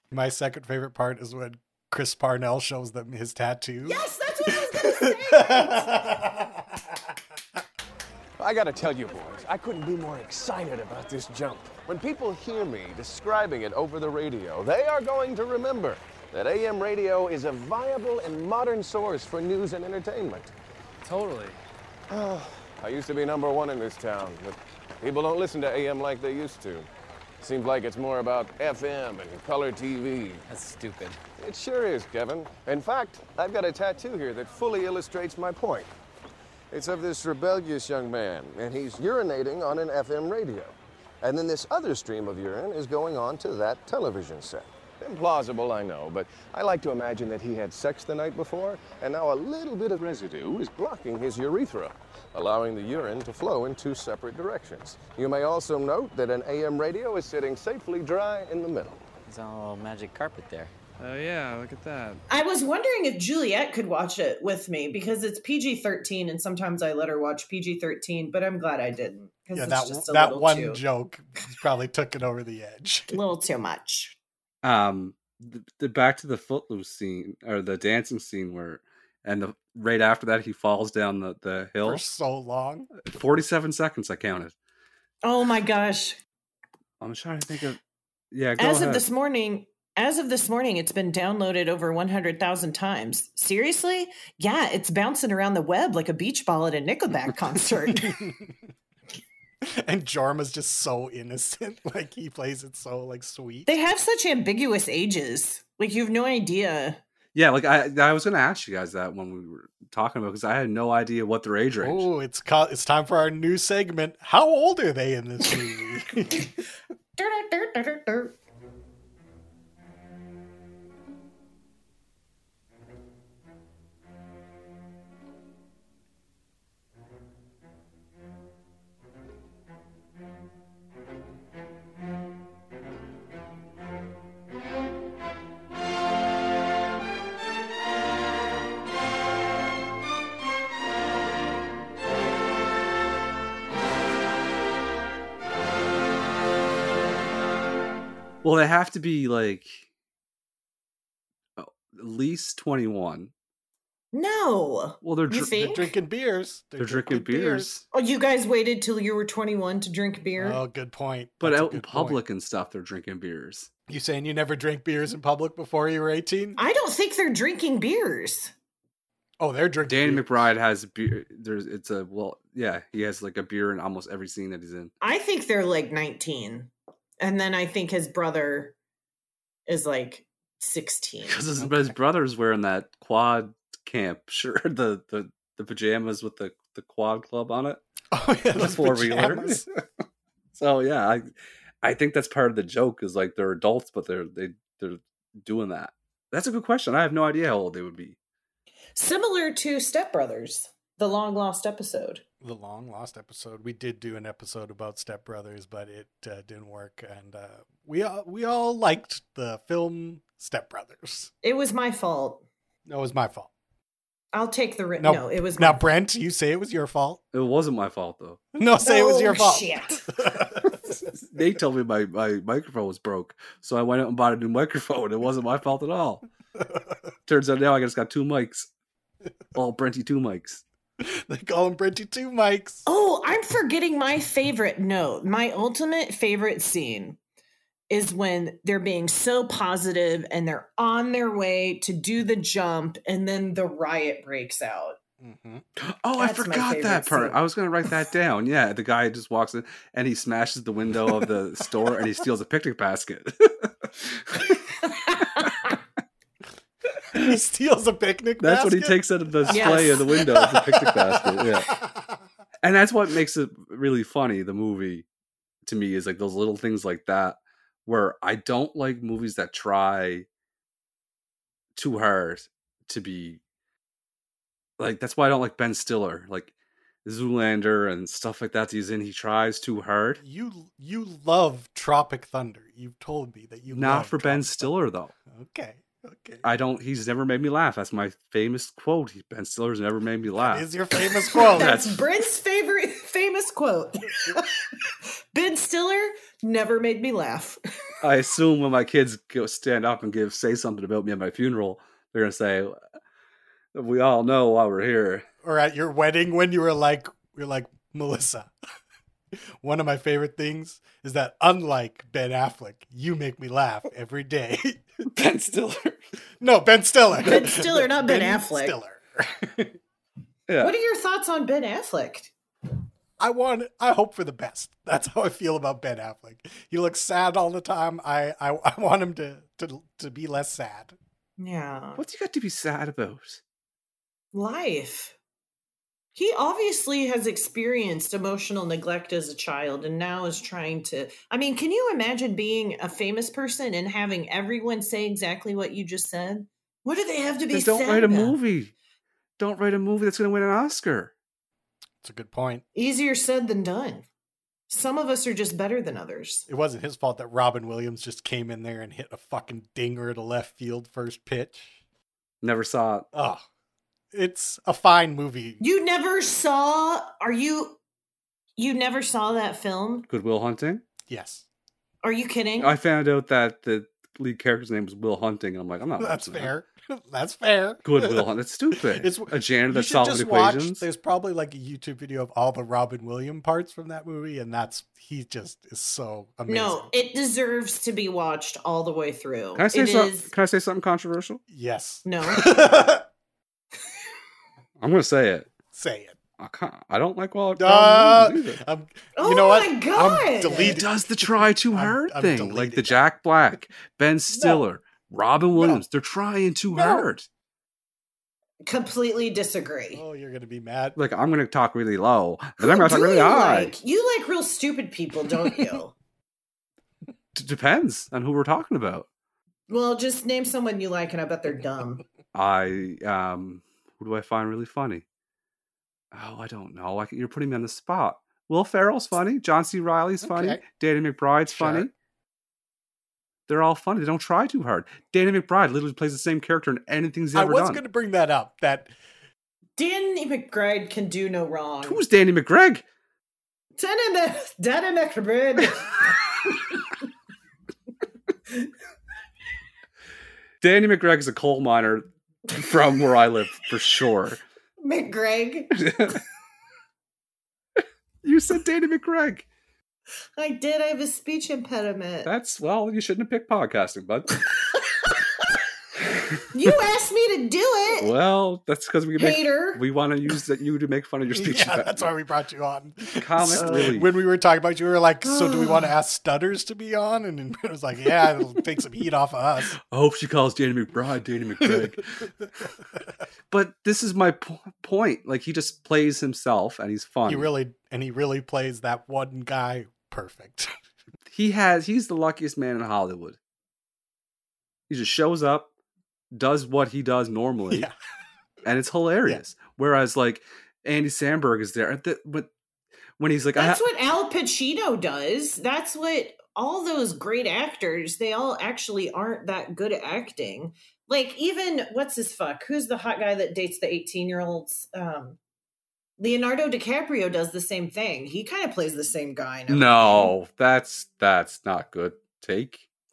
S1: My second favorite part is when Chris Parnell shows them his tattoo.
S4: yes, that's what I was going to say.
S1: Yes.
S8: I gotta tell you, boys, I couldn't be more excited about this jump. When people hear me describing it over the radio, they are going to remember that AM radio is a viable and modern source for news and entertainment.
S9: Totally.
S8: I used to be number one in this town, but people don't listen to AM like they used to. Seems like it's more about FM and color TV.
S7: That's stupid.
S8: It sure is, Kevin. In fact, I've got a tattoo here that fully illustrates my point. It's of this rebellious young man, and he's urinating on an FM radio. And then this other stream of urine is going on to that television set. Implausible, I know, but I like to imagine that he had sex the night before, and now a little bit of residue is blocking his urethra, allowing the urine to flow in two separate directions. You may also note that an AM radio is sitting safely dry in the middle.
S7: It's on a little magic carpet there.
S9: Oh yeah, look at that.
S4: I was wondering if Juliet could watch it with me because it's PG 13 and sometimes I let her watch PG 13, but I'm glad I didn't because
S1: Yeah,
S4: it's
S1: that
S4: just a
S1: that
S4: little,
S1: one
S4: too,
S1: joke probably took it over the edge.
S4: little too much.
S3: um the, the back to the footloose scene or the dancing scene where and the right after that he falls down the the hill
S1: For so long,
S3: 47 seconds i counted
S4: Oh my gosh.
S3: i'm trying to think of yeah go
S4: As
S3: ahead.
S4: of this morning, as of this morning, it's been downloaded over 100,000 times. Seriously? Yeah, it's bouncing around the web like a beach ball at a Nickelback concert.
S1: and Jorma's just so innocent. Like he plays it so like sweet.
S4: they have such ambiguous ages. Like you have no idea.
S3: yeah like i i was gonna ask you guys that when we were talking about because i had no idea what their age range
S1: Oh, it's co- it's time for our new segment. How old are they in this movie?
S3: well they have to be like oh, at least 21
S4: No.
S3: well they're,
S4: You
S3: dr-
S1: They're
S4: think?
S1: drinking beers.
S3: they're drinking beers
S4: Oh, you guys waited till you were 21 to drink beer?
S1: Oh, good point.
S3: but
S1: That's a
S3: out in
S1: good point.
S3: public and stuff they're drinking beers
S1: you saying you never drank beers in public before you were eighteen?
S4: I don't think they're drinking beers.
S1: Oh, they're drinking.
S3: Danny
S1: beer.
S3: McBride has beer. There's it's a well, yeah, he has like a beer in almost every scene that he's in.
S4: I think they're like 19. And then I think his brother is like 16.
S3: Because his, but his brother's wearing that quad camp shirt, the the, the pajamas with the the quad club on it.
S1: Oh yeah, the
S3: Before we learn.
S1: pajamas.
S3: So yeah, I I think that's part of the joke is like they're adults, but they're they they're doing that. That's a good question. I have no idea how old they would be.
S4: Similar to Step Brothers, the long lost episode.
S1: the long lost episode. We did do an episode about Step Brothers, but it uh, didn't work, and uh, we all we all liked the film Step Brothers.
S4: It was my fault.
S1: No, it was my fault.
S4: I'll take the written.
S1: No,
S4: no, it was
S1: Now,
S4: my-
S1: Brent, you say it was your fault.
S3: It wasn't my fault though.
S1: No, say it was
S4: Oh,
S1: your fault.
S4: shit.
S3: They told me my, my microphone was broke, so I went out and bought a new microphone. It wasn't my fault at all. Turns out now I just got two mics. All Brenty two mics.
S1: they call him Brenty Two Mics.
S4: Oh, I'm forgetting my favorite note. My ultimate favorite scene is when they're being so positive and they're on their way to do the jump and then the riot breaks out.
S1: Mm-hmm.
S3: Oh, I
S4: That's my
S3: forgot
S4: favorite
S3: that part.
S4: scene.
S3: I was gonna write that down. Yeah, the guy just walks in and he smashes the window of the store and he steals a picnic basket.
S1: he steals a picnic.
S3: That's what he
S1: basket?
S3: takes out of the display of the window. It's a picnic basket. Yeah. and that's what makes it really funny the movie to me is like those little things like that where i don't like movies that try too hard to be like that's why i don't like ben stiller like zoolander and stuff like that he's in he tries too hard
S1: You you love Tropic Thunder. You've told me that you
S3: not
S1: love
S3: for ben
S1: Tropic
S3: stiller though
S1: Thunder. Okay, okay.
S3: i don't he's never made me laugh that's my famous quote He- ben stiller's never made me laugh
S1: is your famous quote.
S4: That's
S3: uh, That's-
S4: Brent's favorite famous quote. ben Stiller never made me laugh.
S3: I assume when my kids go stand up and give say something about me at my funeral, they're gonna say, "We all know why we're here."
S1: or at your wedding when you were like you're like Melissa. One of my favorite things is that unlike Ben Affleck, you make me laugh every day.
S3: Ben Stiller.
S1: no, Ben Stiller.
S4: Ben Stiller, not Ben Affleck.
S1: Stiller.
S3: Yeah.
S4: What are your thoughts on Ben Affleck?
S1: I want. I hope for the best. That's how I feel about Ben Affleck. He looks sad all the time. I I, I want him to to to be less sad.
S4: Yeah.
S3: What's he got to be sad about?
S4: life. He obviously has experienced emotional neglect as a child and now is trying to. I mean, can you imagine being a famous person and having everyone say exactly what you just said? What do they have to be
S3: Then don't
S4: sad
S3: write a
S4: about?
S3: movie. Don't write a movie that's going to win an Oscar.
S1: It's a good point.
S4: Easier said than done. Some of us are just better than others.
S1: It wasn't his fault that Robin Williams just came in there and hit a fucking dinger to left field first pitch.
S3: Never saw it.
S1: Oh, it's a fine movie.
S4: You never saw. Are you. You never saw that film?
S3: Goodwill Hunting.
S1: Yes,
S4: Are you kidding?
S3: I found out that the lead character's name was Will Hunting, and I'm like, I'm not.
S1: that's
S3: watching that.
S1: fair. That's fair.
S3: Oh, Good Will Hunting. That's stupid.
S1: It's-
S3: It's a janitor
S1: You
S3: that's
S1: should
S3: solving
S1: just watch-
S3: equations.
S1: There's probably like a YouTube video of all the Robin Williams parts from that movie, and that's he just is so amazing.
S4: No, it deserves to be watched all the way through.
S3: Can I say
S4: It
S3: something?
S4: is-
S3: Can I say something controversial?
S1: Yes.
S4: No.
S3: I'm going to say it.
S1: Say it.
S3: I, can't, I don't like Waller.
S1: Uh,
S3: either.
S1: I'm,
S4: Oh
S1: you know what?
S4: my
S1: I'm
S4: God.
S3: he
S1: deleting.
S3: does the try too
S1: I'm-
S3: hard
S1: I'm
S3: thing,
S1: deleting
S3: like the
S1: that.
S3: Jack Black, Ben Stiller, Robin Williams. They're trying too
S1: No.
S3: hard.
S4: completely disagree.
S1: Oh, you're gonna be mad.
S3: Like I'm going to talk really low, then
S4: Who
S3: I'm going to talk
S4: do
S3: really
S4: you
S3: high.
S4: like? You like real stupid people, don't you?
S3: D- depends on who we're talking about.
S4: well, just name someone you like, and I bet they're dumb.
S3: I um, who do I find really funny? Oh, I don't know. Like you're putting me on the spot. Will Ferrell's funny. John C. Riley's funny.
S1: Okay.
S3: Danny McBride's
S1: Sure.
S3: funny. They're all funny. They don't try too hard. Danny McBride literally plays the same character in anything he's
S1: I
S3: ever
S1: was
S3: done.
S1: gonna bring that up. That
S4: Danny McBride can do no wrong.
S3: Who's Danny McGreg?
S4: Danny, Mc- Danny McBride?
S3: Danny McGreg is a coal miner from where I live for sure.
S4: McGreg?
S3: you said Danny McGreg.
S4: I did. I have a speech impediment.
S3: That's well, you shouldn't have picked podcasting, bud.
S4: you asked me to do it,
S3: well, that's because we make,
S4: hater.
S3: we want to use that you to make fun of your speech.
S1: yeah,
S3: impediment.
S1: that's why we brought you on.
S3: Comic
S1: So,
S3: relief.
S1: When we were talking about you, we were like, so do we want to ask Stutters to be on? And, and it was like, yeah, it'll take some heat off of us.
S3: I hope she calls Danny McBride Danny McGreg. but this is my po- point. Like he just plays himself, and he's fun.
S1: he really and he really plays that one guy perfect.
S3: he has he's the luckiest man in Hollywood. He just shows up, does what he does normally,
S1: yeah.
S3: and it's hilarious. Whereas like Andy Samberg is there, th- but when he's like, I
S4: That's
S3: ha-
S4: what Al Pacino does. That's what all those great actors, they all actually aren't that good at acting. Like even what's his fuck? Who's the hot guy that dates the 18 year olds? Um Leonardo DiCaprio does the same thing. He kind of plays the same guy. in everything.
S3: no, that's that's not good take.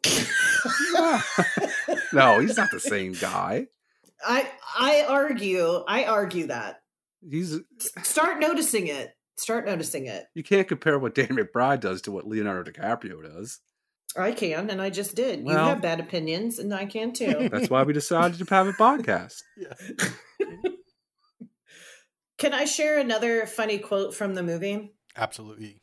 S3: no, he's not the same guy.
S4: I I argue. I argue that.
S3: He's
S4: S- Start noticing it. Start noticing it.
S3: you can't compare what Danny McBride does to what Leonardo DiCaprio does.
S4: I can, and I just did. you
S3: Well-
S4: have bad opinions, and I can too.
S3: That's why we decided to have a podcast.
S4: can I share another funny quote from the movie?
S1: Absolutely.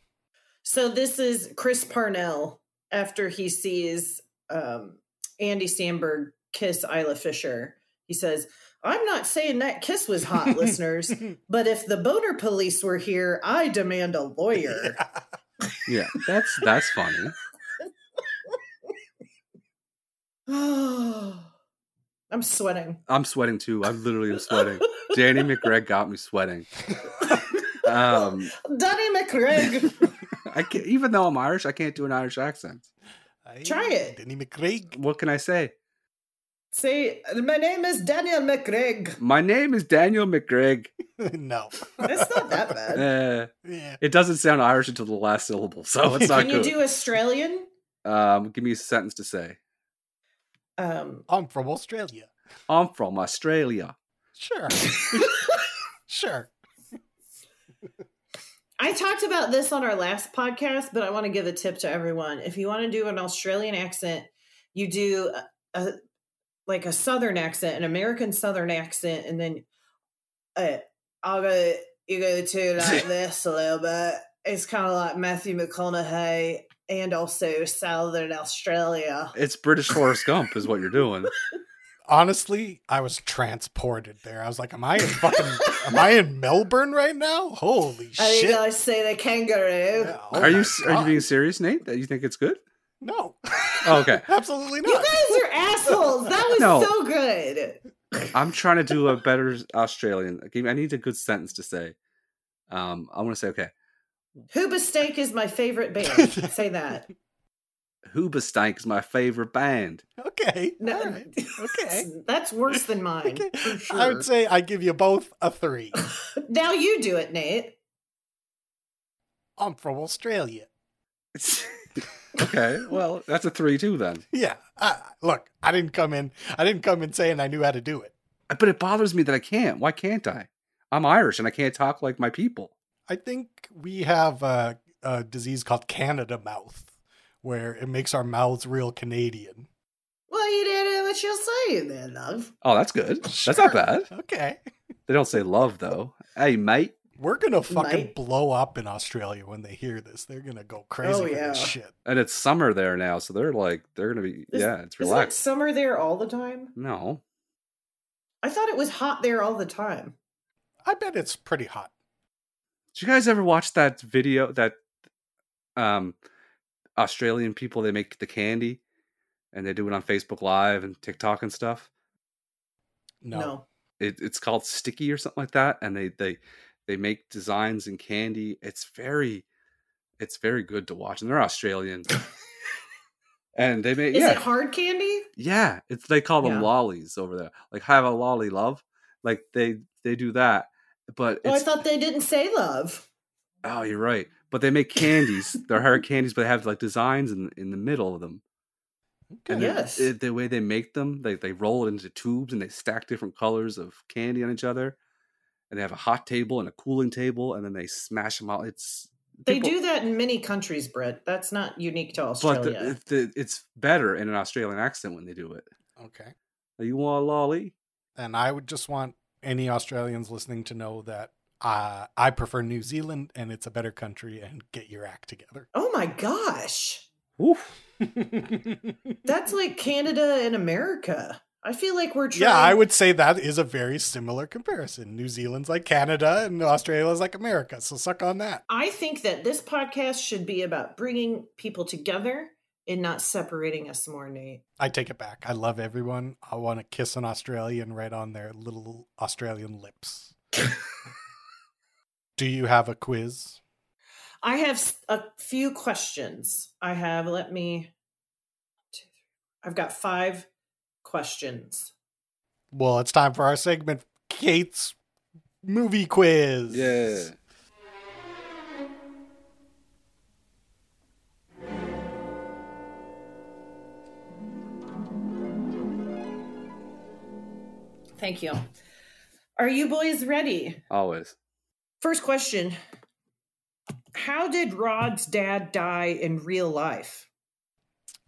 S4: So this is Chris Parnell after he sees um, Andy Samberg kiss Isla Fisher. He says, "I'm not saying that kiss was hot, listeners, but if the boner police were here, I demand a lawyer."
S3: Yeah, that's that's funny.
S4: I'm sweating.
S3: I'm sweating too. I literally am sweating. Danny McGreg got me sweating. Um,
S4: Danny McCraig.
S3: I can even though I'm Irish, I can't do an Irish accent.
S4: Try it.
S1: Denny McCraig.
S3: What can I say?
S4: Say, my name is Daniel McCraig.
S3: My name is Daniel McGreg.
S1: no.
S4: That's not that bad.
S3: Uh,
S1: Yeah.
S3: it doesn't sound Irish until the last syllable, so it's not
S4: Can you
S3: good.
S4: do Australian?
S3: um, give me a sentence to say.
S4: Um,
S1: I'm from Australia.
S3: I'm from Australia.
S1: Sure. sure.
S4: I talked about this on our last podcast, but I want to give a tip to everyone. If you want to do an Australian accent, you do a, a like a Southern accent, an American Southern accent, and then uh, I'll go you go to like this a little bit. It's kind of like Matthew McConaughey and also Southern Australia.
S3: It's British Forrest Gump, is what you're doing.
S1: Honestly, I was transported there. I was like, "Am I in fucking? am I in Melbourne right now? Holy
S4: I think
S1: shit!"
S4: I see the kangaroo.
S1: Yeah, oh
S3: are you
S1: my
S3: are you
S1: God.
S3: being serious, Nate? That you think it's good?
S1: No,
S3: Oh, okay,
S1: absolutely
S4: You
S1: not.
S4: guys are assholes. That was
S3: No.
S4: so good.
S3: I'm trying to do a better Australian. Give me- I need a good sentence to say. Um, I want to say okay.
S4: Hooba Steak is my favorite band. Say that.
S3: Hoobastank is my favorite band.
S1: okay,
S4: No.
S1: all right, okay.
S4: That's worse than mine.
S1: Okay.
S4: For sure.
S1: I would say I give you both a three.
S4: now you do it, Nate.
S1: I'm from Australia.
S3: okay, well that's a three two then.
S1: Yeah. I, look, I didn't come in. I didn't come in saying I knew how to do it.
S3: But it bothers me that I can't. Why can't I? I'm Irish and I can't talk like my people.
S1: I think we have a, a disease called Canada mouth, where it makes our mouths real Canadian.
S4: Well, you did what you're saying there, love.
S3: Oh, that's good. That's not
S1: Sure.
S3: bad.
S1: Okay.
S3: They don't say love though. Hey, mate.
S1: We're gonna fucking
S4: Might.
S1: blow up in Australia when they hear this. They're gonna go crazy
S4: Oh,
S1: for
S4: yeah.
S1: this shit.
S3: And it's summer there now, so they're like they're gonna be
S4: Is-
S3: yeah, it's
S4: Isn't it
S3: relaxed.
S4: summer there all the time?
S3: No.
S4: I thought it was hot there all the time.
S1: I bet it's pretty hot.
S3: Did you guys ever watch that video that um Australian people they make the candy and they do it on Facebook Live and TikTok and stuff?
S1: No.
S3: It, it's called Sticky or something like that, and they they they make designs in candy. It's very it's very good to watch, and they're Australian. and they make
S4: Is
S3: yeah
S4: it hard candy?
S3: yeah it's they call them
S4: Yeah.
S3: lollies over there like have a lolly love like they they do that but
S4: Oh, I
S3: it's
S4: thought they didn't say love.
S3: Oh, you're right. But they make candies. They're hard candies, but they have like designs in in the middle of them.
S1: Okay.
S3: And they're-
S4: Oh, Yes.
S3: it- the way they make them, they they roll it into tubes and they stack different colors of candy on each other. And they have a hot table and a cooling table, and then they smash them all. It's
S4: They
S3: people-
S4: do that in many countries, Brett. That's not unique to
S3: but the,
S4: Australia.
S3: it- the, it's better in an Australian accent when they do it.
S1: Okay.
S3: Like, you want a lolly?
S1: And I would just want any Australians listening to know that uh, I prefer New Zealand and it's a better country and get your act together.
S4: oh my gosh.
S3: Oof.
S4: That's like Canada and America. I feel like we're trying.
S1: Yeah, I would say that is a very similar comparison. New Zealand's like Canada and Australia's like America. So suck on that.
S4: I think that this podcast should be about bringing people together and not separating us more, Nate.
S1: I take it back. I love everyone. I want to kiss an Australian right on their little Australian lips. Do you have a quiz?
S4: I have s- a few questions. I have, let me, two, three. I've got five questions.
S1: Well, it's time for our segment, Kate's movie quiz.
S3: Yeah.
S4: Thank you. Are you boys ready?
S3: Always.
S4: First question How did Rod's dad die in real life?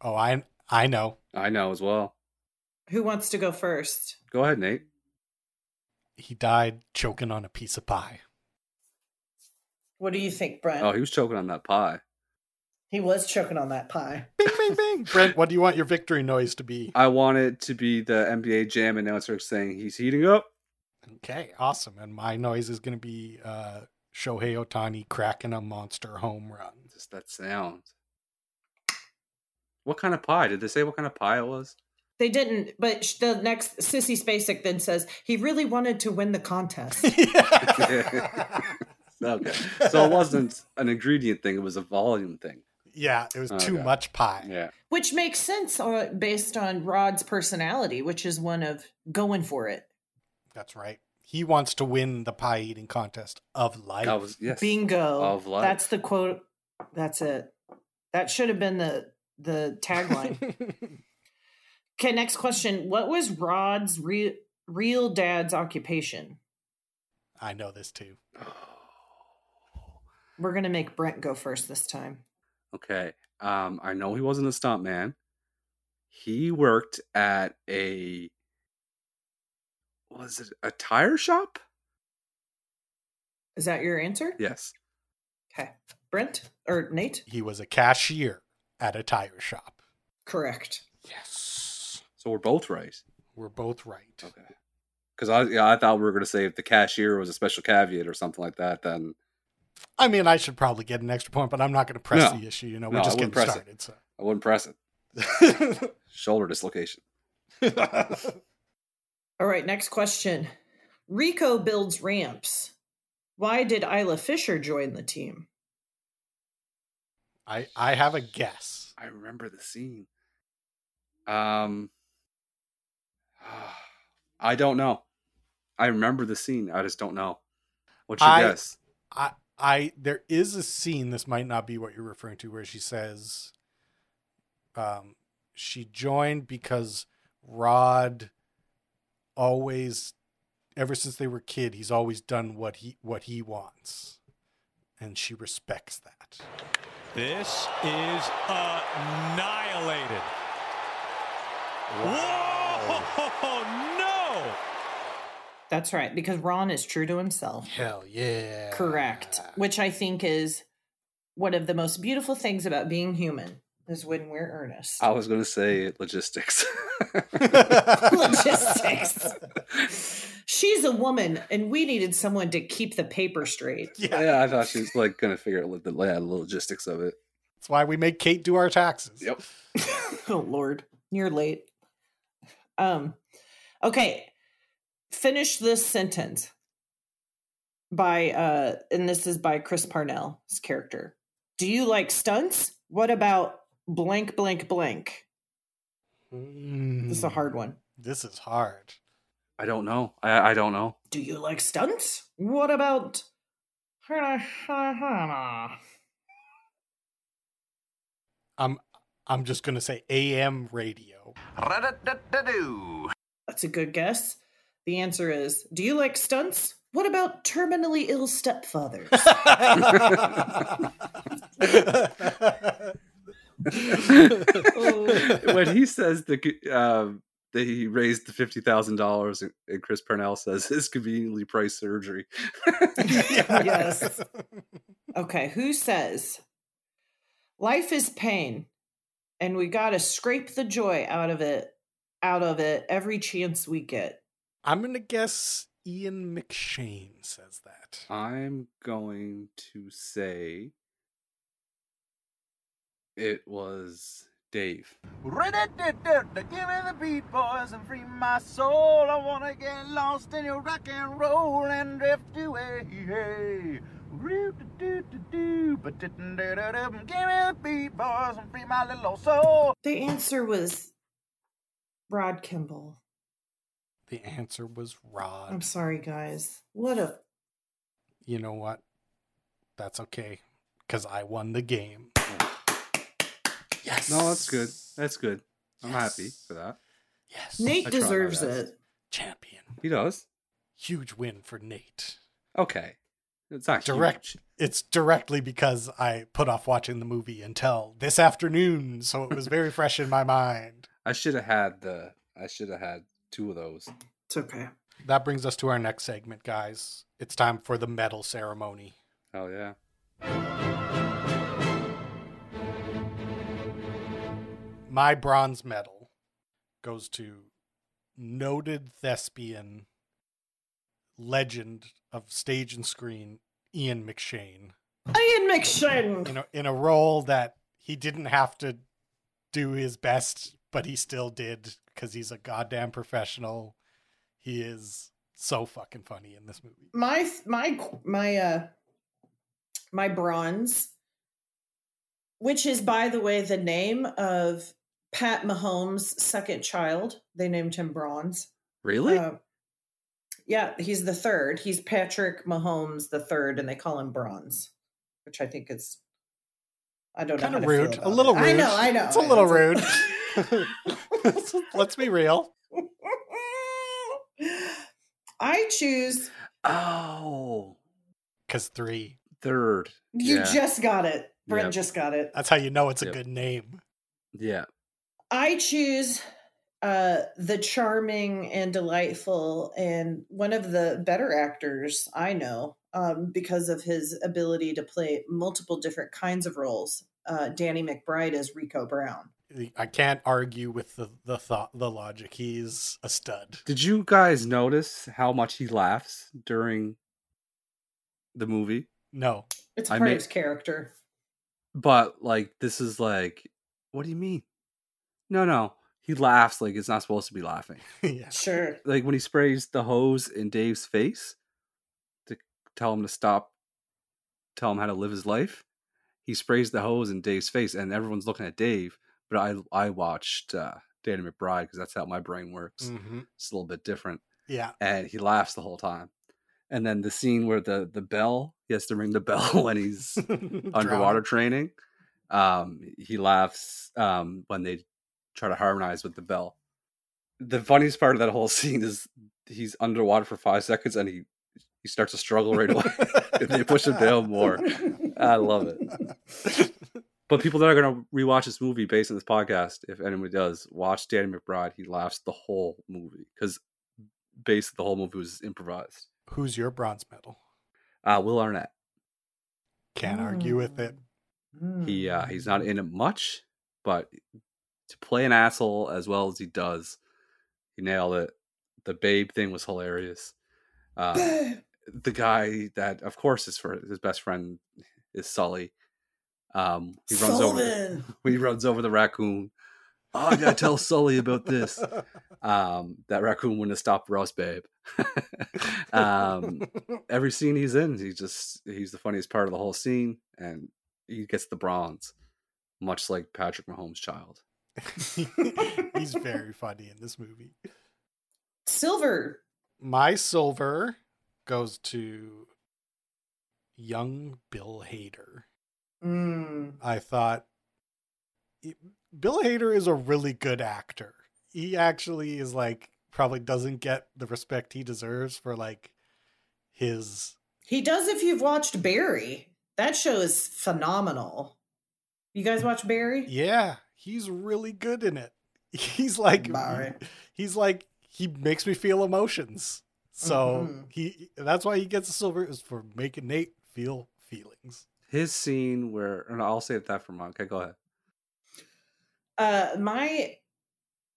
S1: Oh, I I know.
S3: I know as well.
S4: Who wants to go first?
S3: Go ahead, Nate.
S1: He died choking on a piece of pie.
S4: What do you think, Brent?
S3: Oh, he was choking on that pie.
S4: he was choking on that pie.
S1: Bing, bing, bing. Brent, what do you want your victory noise to be?
S3: I want it to be the NBA Jam announcer saying he's heating up.
S1: Okay, awesome. And my noise is going to be uh, Shohei Otani cracking a monster home run.
S3: Just that sound. What kind of pie? Did they say what kind of pie it was?
S4: They didn't, but sh- the next Sissy Spacek then says he really wanted to win the contest.
S3: Okay. So it wasn't an ingredient thing, it was a volume thing.
S1: Yeah, it was too
S3: Okay.
S1: much pie.
S3: Yeah.
S4: which makes sense uh, based on Rod's personality, which is one of going for it,
S1: That's right. He wants to win the pie eating contest of life.
S3: That was yes.
S4: bingo.
S3: Of life.
S4: That's the quote. That's it. That should have been the the tagline. okay, next question. What was Rod's re- real dad's occupation?
S1: I know this too.
S4: We're gonna make Brent go first this time.
S3: Okay. Um, I know he wasn't a stunt man. He worked at a was it a tire shop?
S4: Is that your answer?
S3: Yes.
S4: Okay. Brent or Nate?
S1: He was a cashier at a tire shop.
S4: Correct.
S1: Yes.
S3: So we're both right.
S1: We're both right.
S3: Okay. Because I, yeah, I thought we were going to say if the cashier was a special caveat or something like that, then
S1: I mean, I should probably get an extra point, but I'm not going to press
S3: No.
S1: the issue. You know, we're
S3: No, I
S1: just getting
S3: wouldn't press
S1: started.
S3: it. I wouldn't press it.
S1: So.
S3: Shoulder dislocation.
S4: All right, next question. Rico builds ramps. Why did Isla Fisher join the team?
S1: I I have a guess.
S3: I remember the scene. Um, I don't know. I remember the scene. I just don't know. What's your
S1: I-
S3: guess?
S1: I I there is a scene this might not be what you're referring to where she says um she joined because Rod always ever since they were kid he's always done what he what he wants and she respects that.
S10: This is annihilated. Whoa! No!
S4: That's right, because Ron is true to himself.
S1: Hell yeah.
S4: Correct. Which I think is one of the most beautiful things about being human is when we're earnest.
S3: I was going to say logistics.
S4: Logistics. She's a woman, and we needed someone to keep the paper straight.
S1: yeah.
S3: yeah, I thought she was like going to figure out the, yeah, the logistics of it.
S1: That's why we make Kate do our taxes.
S3: Yep.
S4: oh Lord, you're late. Um, okay. Finish this sentence by uh, and this is by Chris Parnell's character. Do you like stunts? What about blank, blank, blank? This is
S3: Hmm.
S4: a hard one.
S1: Mm-hmm. This is hard.
S3: I don't know. I, I don't know.
S4: Do you like stunts? What about?
S1: I'm I'm just gonna say AM radio.
S4: That's a good guess. The answer is Do you like stunts? What about terminally ill stepfathers?
S3: when he says the um that he raised the fifty thousand dollars, and Chris Parnell says his conveniently priced surgery.
S4: Yes. Okay, who says life is pain and we got to scrape the joy out of it out of it every chance we get.
S1: I'm gonna guess Ian McShane says that.
S3: I'm going to say it was Dave.
S5: Give me the beat, boys, and free my soul. I wanna get lost in your rock and roll and drift away. Hey. Roo-doo-doo-doo-doo, ba-doo-doo-doo-doo. Give me the beat, boys, and free my little old soul.
S4: The answer was Rod Kimball.
S1: The answer was Rod.
S4: I'm sorry guys. What a
S1: You know what? That's okay, cause I won the game. Yes.
S3: No, that's good. That's good. I'm happy for that.
S1: Yes.
S4: Nate
S3: I tried my
S4: deserves
S3: best.
S4: it.
S1: champion.
S3: He does.
S1: Huge win for Nate.
S3: Okay. It's not
S1: Direct.
S3: huge.
S1: It's directly because I put off watching the movie until this afternoon, so it was very fresh in my mind.
S3: I should have had the. I should have had two of those.
S4: It's okay.
S1: That brings us to our next segment, guys. It's time for the medal ceremony.
S3: Oh yeah.
S1: My bronze medal goes to noted thespian, legend of stage and screen, Ian McShane.
S4: Ian McShane.
S1: In a, in a role that he didn't have to do his best, but he still did because he's a goddamn professional. He is so fucking funny in this movie.
S4: my my my uh my bronze which is by the way the name of pat mahomes second child they named him bronze
S3: Really?
S4: Uh, yeah he's the third he's patrick mahomes the third and they call him bronze which i think is i don't
S1: Kind
S4: know
S1: of
S4: how to feel
S1: rude. A
S4: about
S1: little
S4: it.
S1: rude.
S4: i know i know
S1: It's a little rude.
S4: It's a-
S1: Let's be real.
S4: i choose
S3: oh,
S1: Because three.
S3: third.
S4: you
S3: yeah.
S4: just got it brent
S3: Yeah.
S4: just got it
S1: That's how you know it's a
S3: Yep.
S1: good name.
S3: yeah.
S4: I choose uh the charming and delightful and one of the better actors I know, um, because of his ability to play multiple different kinds of roles. Uh, Danny McBride as Rico Brown.
S1: I can't argue with the the thought the logic. He's a stud.
S3: Did you guys notice how much he laughs during the movie?
S1: No,
S4: It's
S3: I
S4: part
S3: may-
S4: of his character.
S3: But like this is like what do you mean? No, no. He laughs like it's not supposed to be laughing.
S1: yeah.
S4: Sure.
S3: Like when he sprays the hose in Dave's face to tell him to stop, tell him how to live his life. He sprays the hose in Dave's face and everyone's looking at Dave, but I I watched uh Danny McBride because that's how my brain works.
S1: Mhm.
S3: It's a little bit different.
S1: Yeah.
S3: and he laughs the whole time. And then the scene where the the bell, he has to ring the bell when he's underwater
S1: Drowning.
S3: training. Um, he laughs um, when they try to harmonize with the bell. The funniest part of that whole scene is he's underwater for five seconds and he he starts to struggle right away. and they push him down more. I love it. But people that are going to rewatch this movie based on this podcast, if anybody does, watch Danny McBride. He laughs the whole movie because based the whole movie was improvised.
S1: Who's your bronze medal?
S3: Uh, Will Arnett.
S1: Can't argue
S4: Mm.
S1: with it.
S3: He
S4: Mm-hmm.
S3: uh, he's not in it much, but to play an asshole as well as he does, he nailed it. The babe thing was hilarious. Uh, the guy that, of course, is for his best friend is Sully. Um, he runs over. The, he runs over the raccoon. Oh, I gotta tell Sully about Mm. this. Um, that raccoon wouldn't have stopped Russ, babe. um, every scene he's in, he's just he's the funniest part of the whole scene, and he gets the bronze, much like Patrick Mahomes' child.
S1: He's very funny in this movie.
S4: Silver.
S1: My silver goes to young Bill Hader.
S4: Mm.
S1: I thought it- Bill Hader is a really good actor. He actually is like probably doesn't get the respect he deserves for like his
S4: He does if you've watched Barry. That show is phenomenal. You guys watch Barry?
S1: yeah, he's really good in it. He's like
S4: Barry.
S1: he's like he makes me feel emotions. So
S4: Mhm.
S1: he that's why he gets a silver is for making Nate feel feelings.
S3: His scene where, and I'll save that for Monk. Okay, go ahead.
S4: Uh, my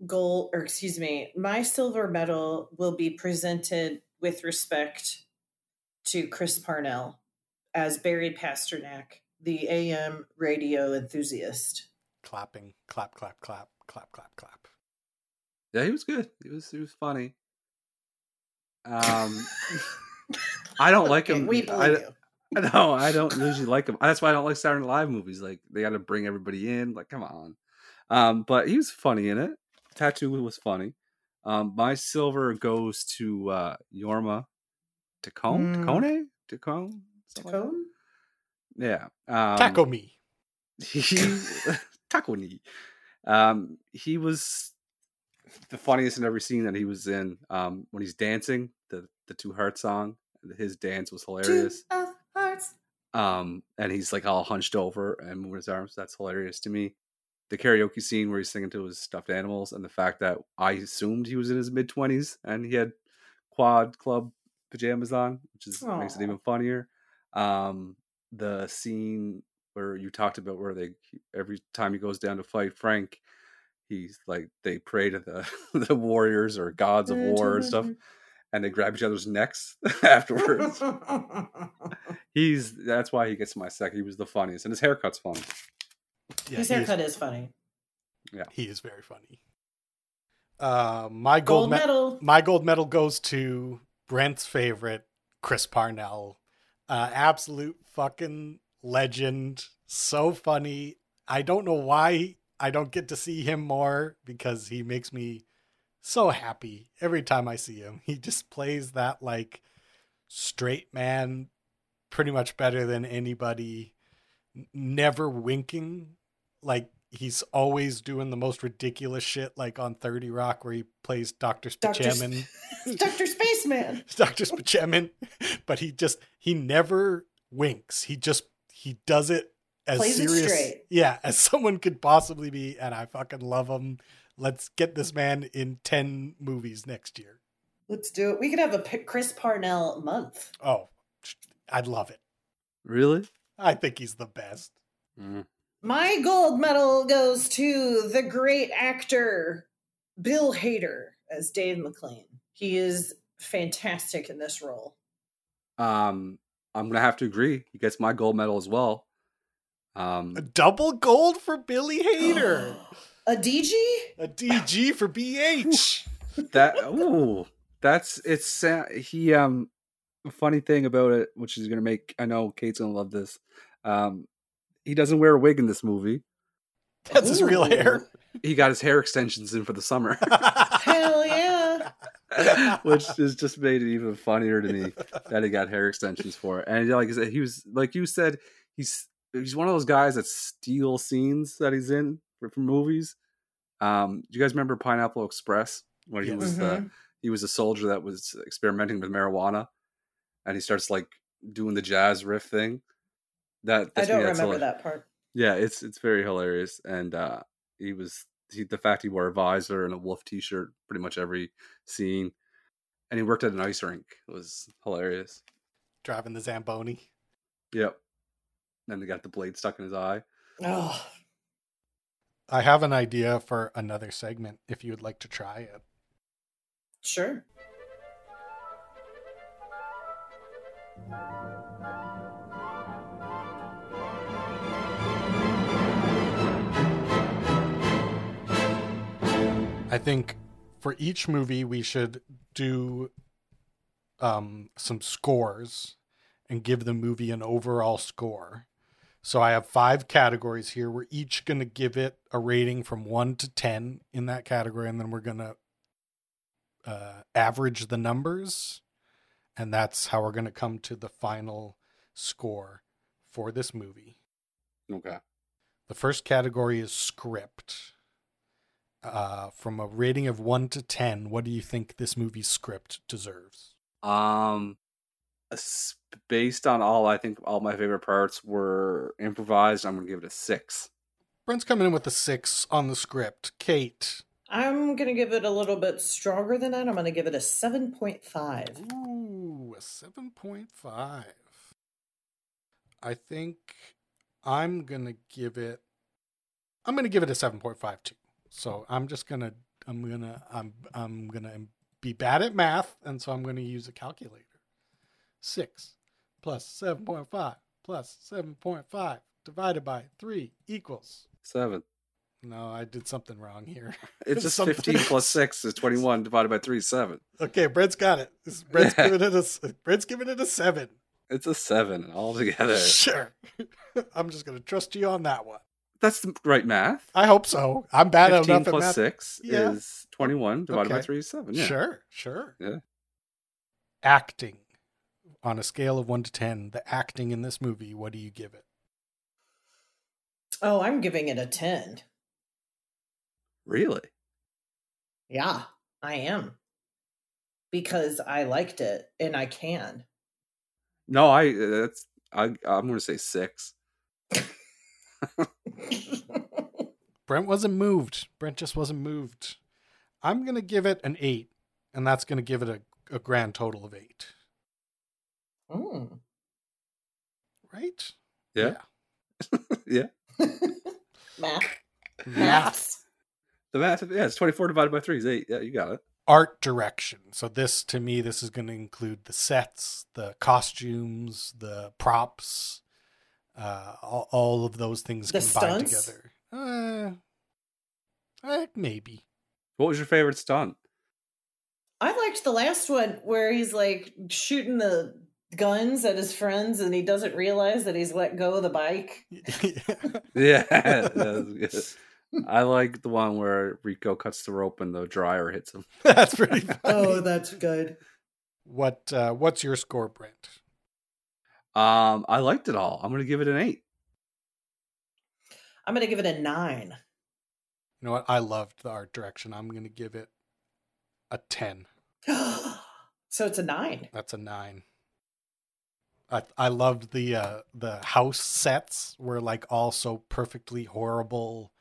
S4: goal, or excuse me, my silver medal will be presented with respect to Chris Parnell as Barry Pasternak, the AM radio enthusiast.
S1: Clapping, clap, clap, clap, clap, clap, clap.
S3: Yeah, he was good. He was he was funny. Um, I don't like him.
S4: We
S3: I,
S4: believe you.
S3: No, I don't usually like him. That's why I don't like Saturday Night Live movies. Like they got to bring everybody in. Like come on. Um, but he was funny in it. Tattoo was funny. Um, my silver goes to uh, Yorma Tacone.
S4: Mm.
S3: Tacone. Tacone. Something like
S4: Tacone?
S3: that? Yeah. Um,
S1: Tackle me.
S3: he Takoni. Um, he was the funniest in every scene that he was in. Um, when he's dancing, the the two heart song, his dance was hilarious.
S4: Two of hearts.
S3: Um, and he's like all hunched over and moving his arms. That's hilarious to me. The karaoke scene where he's singing to his stuffed animals, and the fact that I assumed he was in his mid twenties and he had quad club pajamas on, which is makes it
S4: Aw.
S3: even funnier. Um, the scene where you talked about where they every time he goes down to fight Frank, he's like they pray to the the warriors or gods of war and stuff, and they grab each other's necks afterwards he's that's why he gets my second. He was the funniest, and his haircut's fun.
S1: Yeah,
S4: His
S1: he is-
S4: haircut is funny.
S1: He is very funny. Uh, my gold,
S4: Gold
S1: me-
S4: medal.
S1: my gold medal goes to Brent's favorite, Chris Parnell. Uh, absolute fucking legend. So funny. I don't know why I don't get to see him more because he makes me so happy every time I see him. He just plays that like straight man pretty much better than anybody. N- Never winking. Like he's always doing the most ridiculous shit, like on 30 Rock, where he plays Dr.
S4: Dr. Sp-
S1: Spaceman.
S4: Dr. Spaceman.
S1: Dr. Spaceman. But he just, he never winks. He just, he does it as
S4: Plays it
S1: serious.
S4: straight.
S1: Yeah, as someone could possibly be. And I fucking love him. Let's get this man in 10 movies next year.
S4: Let's do it. We could have a P- Chris Parnell month.
S1: Oh, I'd love it.
S3: Really?
S1: I think he's the best.
S4: My gold medal goes to the great actor Bill Hader as Dave McLean. He is fantastic in this role.
S3: Um, I'm gonna have to agree. He gets my gold medal as well. Um,
S1: A double gold for Billy Hader.
S4: A DG?
S1: A DG for BH.
S3: that ooh, that's it's sa- he um a funny thing about it, which is gonna make I know Kate's gonna love this. Um, he doesn't wear a wig in this movie.
S1: That's his real hair.
S3: He got his hair extensions in for the summer,
S4: Hell yeah.
S3: which has just made it even funnier to me that he got hair extensions for. It. And yeah, like I said, he was like you said, he's he's one of those guys that steal scenes that he's in for, for movies. Um, do you guys remember Pineapple Express when he
S1: Yes.
S3: was
S4: Mm-hmm.
S3: the he was a soldier that was experimenting with marijuana and he starts like doing the jazz riff thing that
S4: I
S3: that's me,
S4: don't
S3: that's
S4: remember
S3: hila-
S4: that part.
S3: yeah it's it's very hilarious and uh he was he, the fact he wore a visor and a wolf t-shirt pretty much every scene and he worked at an ice rink was hilarious
S1: Driving the Zamboni.
S3: yep and they got the blade stuck in his eye
S4: Oh,
S1: I have an idea for another segment if you would like to try it.
S4: sure.
S1: I think for each movie we should do um, some scores and give the movie an overall score. So I have five categories here. We're each going to give it a rating from one to ten in that category, and then we're going to uh, average the numbers, and that's how we're going to come to the final score for this movie.
S3: okay
S1: The first category is script. Uh, from a rating of one to ten, what do you think this movie's script deserves?
S3: Um, s- based on all, I think all my favorite parts were improvised. I'm gonna give it a six.
S1: Brent's coming in with a six on the script. Kate,
S4: I'm going to give it a little bit stronger than that. I'm going to give it a 7.5.
S1: ooh, a seven point five. I think I'm gonna give it. I'm gonna give it a seven point five too. So I'm just gonna. I'm gonna. I'm. I'm gonna be bad at math, and so I'm gonna use a calculator. Six plus seven point five plus seven point five divided by three equals.
S3: Seven.
S1: No, I did something wrong here.
S3: It's just
S1: Something-
S3: fifteen plus six is twenty-one divided by three. is Seven.
S1: Okay, Brent's got it. Brent's
S3: Yeah.
S1: giving it a. s- Brent's giving it a seven.
S3: It's a seven altogether.
S1: Sure. I'm just going to trust you on that one.
S3: That's the right math.
S1: I hope so. I'm bad
S3: Fifteen
S1: enough at
S3: plus
S1: math.
S3: six
S1: Yeah.
S3: is twenty-one divided by
S1: Okay.
S3: three is seven. Yeah.
S1: Sure, sure.
S3: Yeah.
S1: Acting on a scale of 1 to 10, the acting in this movie, what do you give it?
S4: Oh, I'm giving it a 10.
S3: Really?
S4: Yeah, I am. Because I liked it and I can.
S3: No, I. uh, That's. I. I'm gonna say six.
S1: Brent wasn't moved. Brent just wasn't moved. I'm going to give it an 8, and that's going to give it a, a grand total of 8,
S4: Mm.
S1: right?
S3: Yeah. yeah.
S4: Math.
S1: Math.
S4: Maths.
S3: The math. Yeah, it's twenty-four divided by three is eight. Yeah, you got it.
S1: Art direction. So this to me this is going to include the sets, the costumes, the props, uh, all, all of those things
S4: The
S1: combined
S4: stunts?
S1: together. Uh, eh, maybe.
S3: What was your favorite stunt?
S4: I liked the last one where he's like shooting the guns at his friends and he doesn't realize that he's let go of the bike.
S3: Yeah, that was good. I like the one where Rico cuts the rope and the dryer hits him.
S1: That's pretty funny.
S4: Oh, that's good.
S1: What uh, what's your score, Brent?
S3: Um, I liked it all. I'm gonna give it an eight.
S4: I'm going to give it a nine.
S1: You know what? I loved the art direction. I'm going to give it a 10.
S4: so it's a nine.
S1: That's a 9. I I loved the uh the house sets were like all so perfectly horrible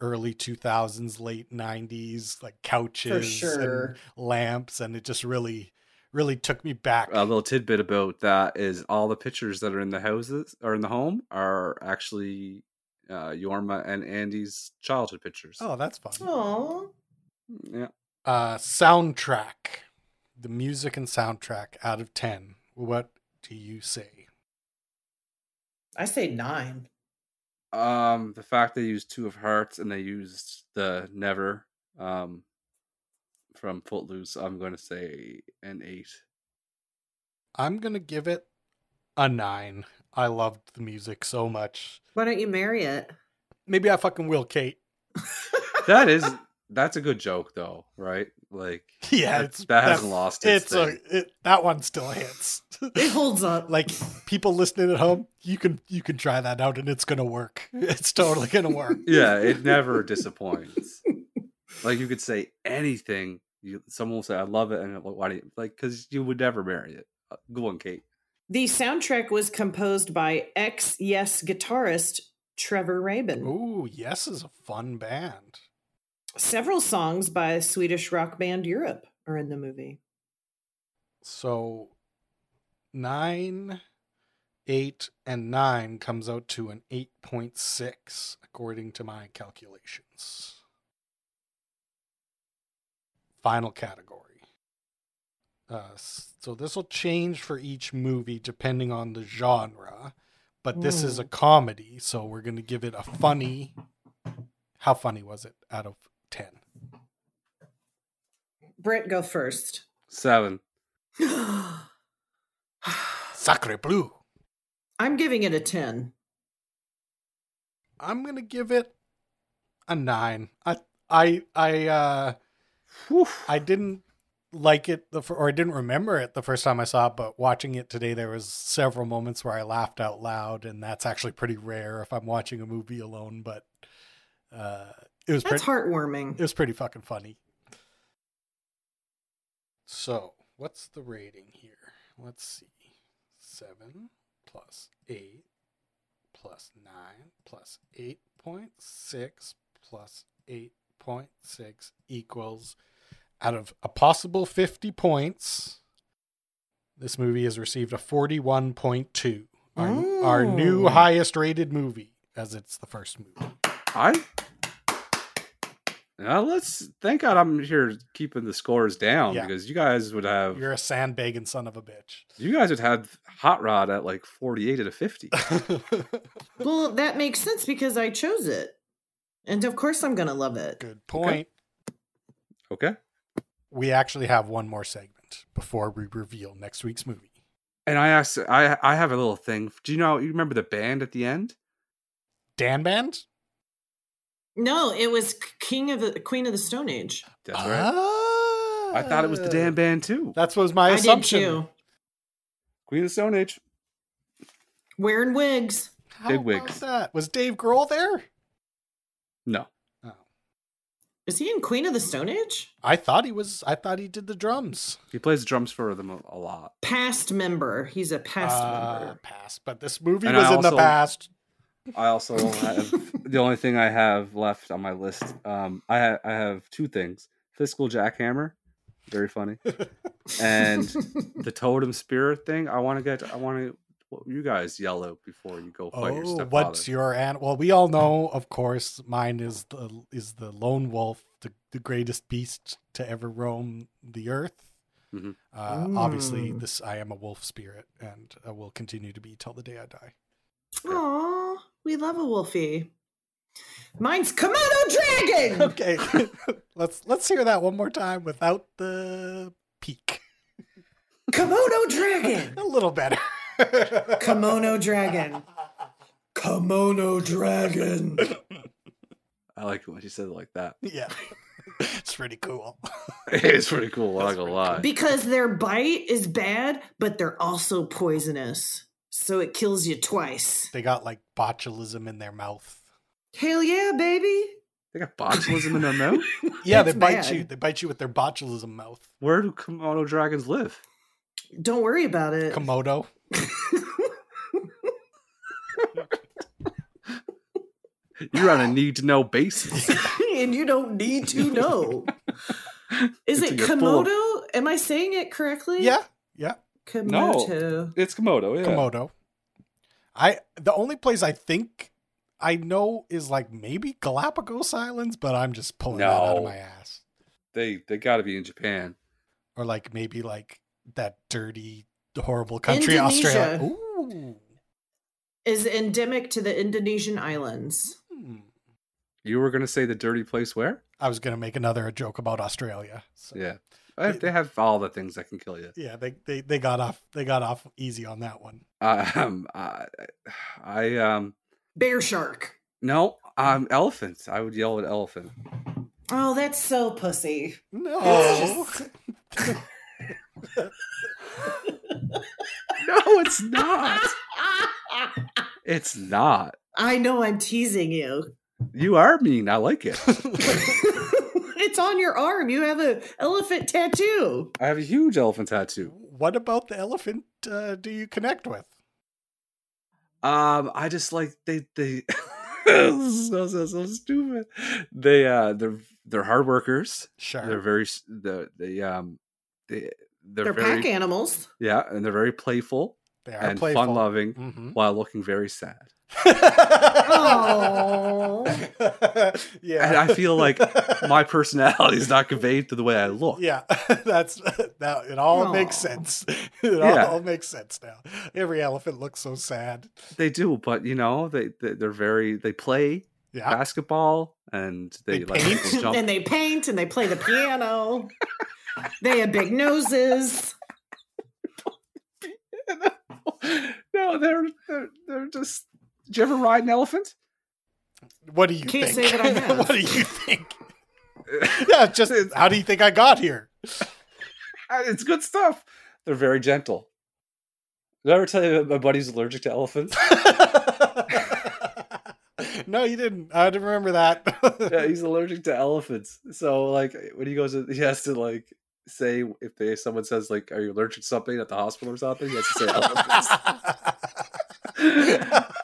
S1: early 2000s late 90s like couches
S4: For
S1: and
S4: sure.
S1: lamps and it just really really took me back.
S3: A little tidbit about that is all the pictures that are in the houses or in the home are actually uh, Yorma and Andy's childhood pictures.
S1: Oh, that's fun.
S4: Aww.
S3: Yeah.
S1: Uh, soundtrack, the music and soundtrack out of 10. What do you say?
S4: I say nine.
S3: Um, the fact they used two of hearts and they used the never um from Footloose, I'm going to say an eight.
S1: I'm going to give it a nine. I loved the music so much.
S4: Why don't you marry it?
S1: Maybe I fucking will, Kate.
S3: That is that's a good joke though, right? Like
S1: Yeah,
S3: that,
S1: it's,
S3: that
S1: that's-
S3: hasn't lost its,
S1: it's a,
S3: thing.
S1: it, that one still hits.
S4: It holds up.
S1: like people listening at home, you can you can try that out and it's gonna work. It's totally gonna work.
S3: yeah, it never disappoints. like you could say anything, you someone will say I love it and I'm like, why do you like cuz you would never marry it. Uh, Go on, Kate.
S4: The soundtrack was composed by ex Yes guitarist Trevor Rabin.
S1: Ooh, Yes is a fun band.
S4: Several songs by Swedish rock band Europe are in the movie.
S1: So nine, eight, and nine comes out to an eight point six according to my calculations. Final category. Uh, s- so this will change for each movie depending on the genre, but this is a comedy, so we're going to give it a funny. How funny was it out of ten?
S4: Britt, go first.
S3: 7.
S1: Sacre bleu.
S4: I'm giving it a 10.
S1: I'm gonna give it a nine. I I I uh I didn't like it the fir- or I didn't remember it the first time I saw it, but watching it today, there was several moments where I laughed out loud, and that's actually pretty rare if I'm watching a movie alone. But uh, it was pretty
S4: That's heartwarming.
S1: it was pretty fucking funny. So what's the rating here? Let's see, seven plus eight plus 9 plus 8.6 plus 8.6 equals out of a possible 50 points this movie has received a 41.2 our, our new
S4: Ooh.
S1: highest rated movie as it's the first movie
S3: I now let's thank God I'm here keeping the scores down
S1: Yeah.
S3: because you guys would have
S1: you're a sandbagging son of a bitch
S3: you guys would have hot rod at like 48 out of 50.
S4: Well, that makes sense because I chose it. And of course I'm going to love it.
S1: good point
S3: Okay.
S1: we actually have one more segment before we reveal next week's movie
S3: And I asked, I I have a little thing. Do you know? You remember the band at the end?
S1: dan band
S4: No, it was King of the Queen of the Stone Age.
S3: That's right. I thought it was the
S1: Ah.
S3: damn band too.
S1: that was my
S4: I did
S1: assumption
S4: too.
S3: Queen of the Stone Age.
S4: Wearing wigs.
S1: How
S3: Big
S1: about
S3: wigs.
S1: that? Was Dave Grohl there?
S3: No,
S1: Oh.
S4: Is he in Queen of the Stone Age?
S1: I thought he was. I thought he did the drums.
S3: he plays drums for them a, a lot.
S4: Past member. He's a past
S1: Uh,
S4: member.
S1: past, but this movie
S3: And
S1: was
S3: I
S1: in the
S3: also-
S1: past.
S3: I also have the only thing I have left on my list. Um, I ha- I have two things: fiscal jackhammer, very funny, and the totem spirit thing. I want to get. I want to. you guys yell out before you go fight your
S1: Oh,
S3: stepfather.
S1: what's your an? Well, we all know, of course. Mine is the is the lone wolf, the, the greatest beast to ever roam the earth.
S3: Mhm.
S1: Uh, Obviously,
S4: Mm.
S1: this I am a wolf spirit, and uh, will continue to be till the day I die.
S4: Aw, we love a wolfie. Mine's Komodo Dragon!
S1: Okay, let's let's hear that one more time without the peak.
S4: Komodo Dragon!
S1: A little better.
S4: Kimono Dragon. Kimono Dragon.
S3: I like it when she said it like that.
S1: Yeah. It's pretty cool.
S3: it's pretty cool. I'm not gonna lie.
S4: Because their bite is bad, but they're also poisonous. So it kills you twice.
S1: They got like botulism in their mouth.
S4: Hell yeah, baby.
S3: They got botulism in their mouth.
S1: Yeah,
S4: That's
S1: they bite
S4: bad.
S1: you. They bite you with their botulism mouth.
S3: Where do Komodo dragons live?
S4: Don't worry about it.
S1: Komodo.
S3: You're on a need to know basis.
S4: and you don't need to know. Is
S3: It's
S4: it
S3: like you're full
S4: Komodo
S3: of-
S4: Am I saying it correctly?
S1: Yeah, yeah.
S4: Komodo.
S3: it's Komodo. Yeah.
S1: Komodo. I the only place I think I know is like maybe Galapagos Islands, but I'm just pulling that out of
S3: No.
S1: my ass.
S3: They they got to be in Japan.
S1: Or like maybe like that dirty, horrible country,
S4: Indonesia.
S1: Australia. Ooh.
S4: Is endemic to the Indonesian islands.
S1: Hmm.
S3: You were gonna say the dirty place where?
S1: I was gonna make another joke about Australia. So.
S3: Yeah. I- They have all the things that can kill you.
S1: Yeah, they, they they got off they got off easy on that one.
S3: Um, I, I um
S4: Bear shark.
S3: no um elephant. I would yell at elephant.
S4: Oh, that's so pussy.
S1: No,
S3: No, it's not. It's not.
S4: I know I'm teasing you.
S3: You are mean. I like it.
S4: it's on your arm. You have a elephant tattoo.
S3: I have a huge elephant tattoo.
S1: what about the elephant? Uh, do you connect with?
S3: Um, I just like they they so so so stupid. They uh they're they're hard workers.
S1: Sure.
S3: They're very s- the they um they they're,
S4: They're
S3: very
S4: pack animals.
S3: yeah, and they're very playful Mm-hmm.
S1: They are
S3: and
S1: playful.
S3: fun loving
S1: Mhm.
S3: while looking very sad.
S4: Oh.
S1: yeah.
S3: And I feel like my personality is not conveyed to the way I look.
S1: Yeah, that's that. It all makes
S4: Aw.
S1: sense. It
S3: Yeah.
S1: all makes sense now. Every elephant looks so sad.
S3: They do, but you know, they, they they're very they play
S1: Yeah,
S3: basketball and they,
S1: Ah. They
S3: like
S1: paint?
S3: people jump.
S4: And they paint and they play the piano. they have big noses.
S3: no, they're, they're they're just. Did you ever ride an elephant?
S1: what do you
S4: Can't
S1: think?
S4: say that I have.
S1: what do you think? yeah, it's just how do you think I got here?
S3: Uh, It's good stuff. They're very gentle. Did I ever tell you that my buddy's allergic to elephants?
S1: no, you didn't. I didn't remember that.
S3: yeah, he's allergic to elephants. So like when he goes, to, he has to like say if they someone says like, "Are you allergic to something?" at the hospital or something, he has to say elephants.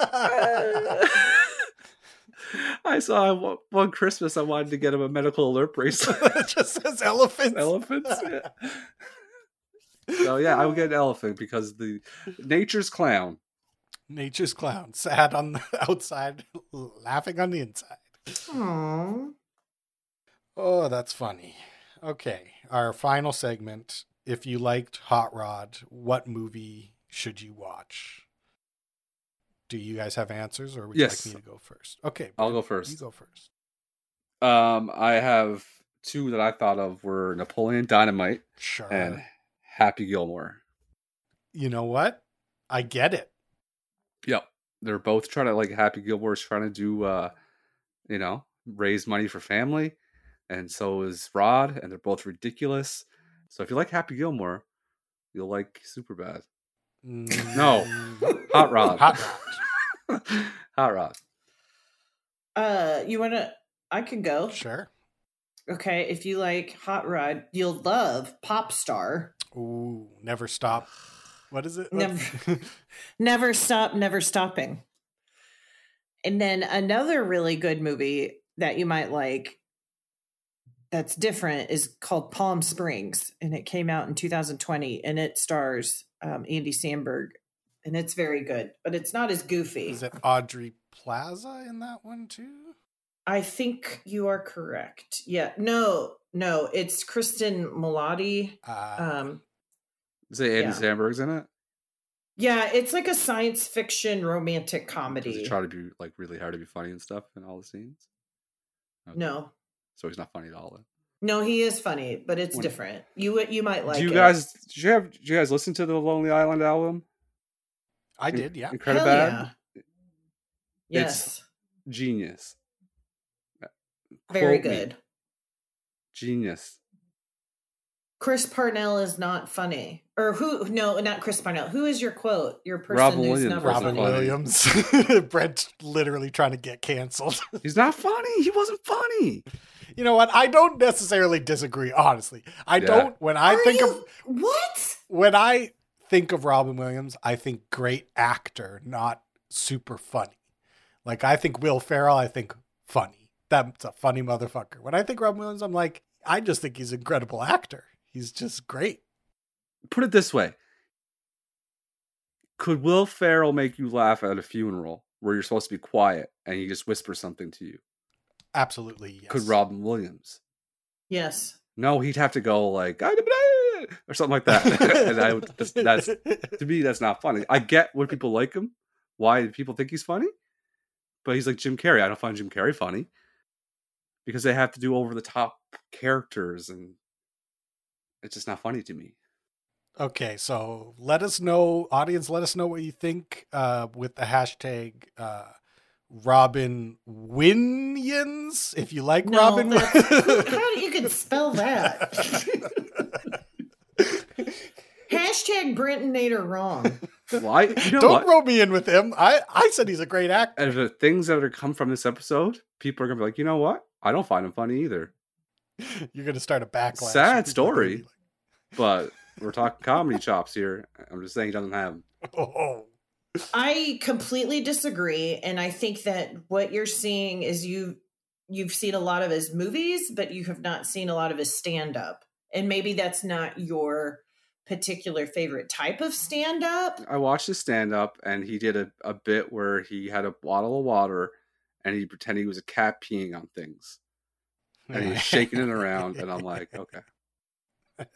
S3: I saw him one- one Christmas. I wanted to get him a medical alert bracelet.
S1: it just says elephants.
S3: elephants. yeah. so yeah, I would get an elephant because the nature's clown.
S1: Nature's clown, sad on the outside, laughing on the inside.
S4: Aww.
S1: Oh, that's funny. Okay, our final segment. If you liked Hot Rod, what movie should you watch? Do you guys have answers, or would
S3: Yes.
S1: you like me to go first? Okay,
S3: I'll go
S1: You
S3: first.
S1: go first.
S3: Um, I have two that I thought of were Napoleon Dynamite
S1: Sure.
S3: and Happy Gilmore.
S1: you know what? I get it.
S3: Yep, they're both trying to like Happy Gilmore's trying to do, uh, you know, raise money for family, and so is Rod, and they're both ridiculous. So if you like Happy Gilmore, you'll like Superbad. No.
S1: Mm,
S3: Hot Rod.
S1: Hot Rod.
S3: Hot Rod.
S4: Uh, you wanna I can go.
S1: Sure.
S4: Okay, if you like Hot Rod, you'll love Pop Star.
S1: Ooh, never stop. What is it?
S4: Never- Never Stop, Never Stopping. And then another really good movie that you might like that's different is called Palm Springs, and it came out in 2020, and it stars um, Andy Samberg, and it's very good, but it's not as goofy.
S1: is it Audrey Plaza in that one too?
S4: I think you are correct. Yeah, no, no, it's Kristen Milotti.
S1: Uh,
S4: Um,
S3: Is it Andy
S4: Yeah.
S3: Samberg's in it?
S4: yeah, it's like a science fiction romantic
S3: Does he
S4: comedy.
S3: try to be like really hard to be funny and stuff in all the scenes? Okay.
S4: No,
S3: so he's not funny at all. Then.
S4: No, he is funny, but it's
S3: When-
S4: different. You would- you might like
S3: do you
S4: it.
S3: guys? Did you have? Did you guys listen to the Lonely Island album?
S1: I did, yeah.
S4: Hell
S3: Incredible Bad?
S4: yeah.
S3: It's-
S4: Yes,
S3: genius,
S4: very
S3: quote me.
S4: good.
S3: genius.
S4: Chris Parnell is not funny. Or who no, not Chris Parnell. Who is your quote? Your person
S3: Robin
S4: who's
S3: Williams
S4: not
S3: was
S1: Robin
S3: funny.
S1: Williams. Brent's literally trying to get canceled.
S3: He's not funny. He wasn't funny.
S1: You know what? I don't necessarily disagree, honestly. I
S3: Yeah.
S1: don't when I
S4: Are
S1: think
S4: you-
S1: of
S4: what?
S1: when I think of Robin Williams, I think great actor, not super funny. Like I think Will Ferrell, I think funny. That's a funny motherfucker. When I think Robin Williams, I'm like, I just think he's an incredible actor. He's just great.
S3: Put it this way. Could Will Ferrell make you laugh at a funeral where you're supposed to be quiet and he just whispers something to you?
S1: Absolutely. Yes.
S3: Could Robin Williams?
S4: Yes.
S3: No, he'd have to go like "Ah, or something like that. and I would just, that's to me that's not funny. I get when people like him, why people think he's funny, but he's like Jim Carrey. I don't find Jim Carrey funny because they have to do over the top characters, and it's just not funny to me.
S1: Okay, so let us know, audience. Let us know what you think uh, with the hashtag uh, Robin Winions. If you like
S4: No,
S1: Robin,
S4: that's- who- how do you can spell that? Hashtag Brentinator wrong.
S3: Why? You know
S1: don't
S3: what?
S1: rope me in with him. I I said he's a great actor.
S3: And the things that are come from this episode, people are gonna be like, you know what? I don't find him funny either.
S1: You're gonna start a backlash.
S3: Sad
S1: People are gonna be
S3: story, but we're talking comedy chops here. I'm just saying he doesn't have. 'em.
S1: like, oh,
S4: I completely disagree, and I think that what you're seeing is you you've seen a lot of his movies, but you have not seen a lot of his stand up, and maybe that's not your particular favorite type of stand up.
S3: I watched his stand up, and he did a, a bit where he had a bottle of water, and he pretended he was a cat peeing on things, and he was shaking it around, and I'm like, okay.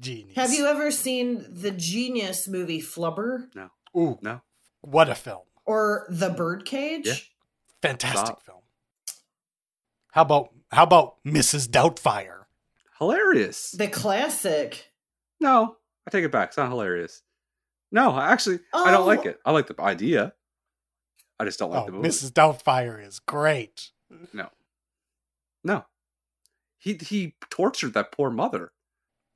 S1: genius.
S4: Have you ever seen the genius movie Flubber
S1: Ooh,
S3: No.
S1: what a film!
S4: or The Birdcage?
S3: Yeah.
S1: Fantastic
S3: Stop.
S1: film. How about how about Mrs. Doubtfire?
S3: hilarious.
S4: The classic.
S3: No, I take it back. It's not hilarious. No, I actually, I don't like
S4: Oh.
S3: it. I like the idea. I just don't like
S1: Oh,
S3: the movie.
S1: Mrs. Doubtfire is great.
S3: No, no. He he tortured that poor mother.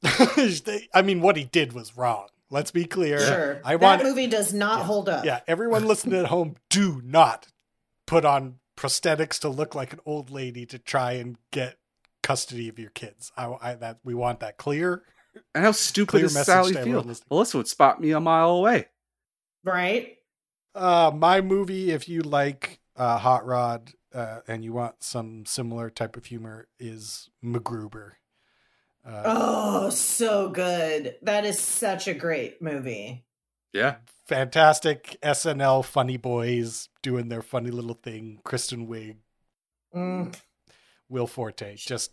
S1: I mean, what he did was wrong. Let's be clear.
S4: Sure.
S1: I
S4: that
S1: want
S4: movie does not hold up.
S1: Yeah, everyone listening at home, do not put on prosthetics to look like an old lady to try and get custody of your kids. I, I that we want that clear.
S3: And how stupid
S1: Clear
S3: is
S1: message
S3: Sally
S1: to everyone
S3: Field?
S1: listening.
S3: Melissa would spot me a mile away.
S4: Right?
S1: Uh, my movie, if you like uh, Hot Rod uh, and you want some similar type of humor, is MacGruber. Uh,
S4: Oh, so good. That is such a great movie.
S3: Yeah,
S1: Fantastic SNL funny boys doing their funny little thing. Kristen Wiig,
S4: Mm.
S1: Will Forte, just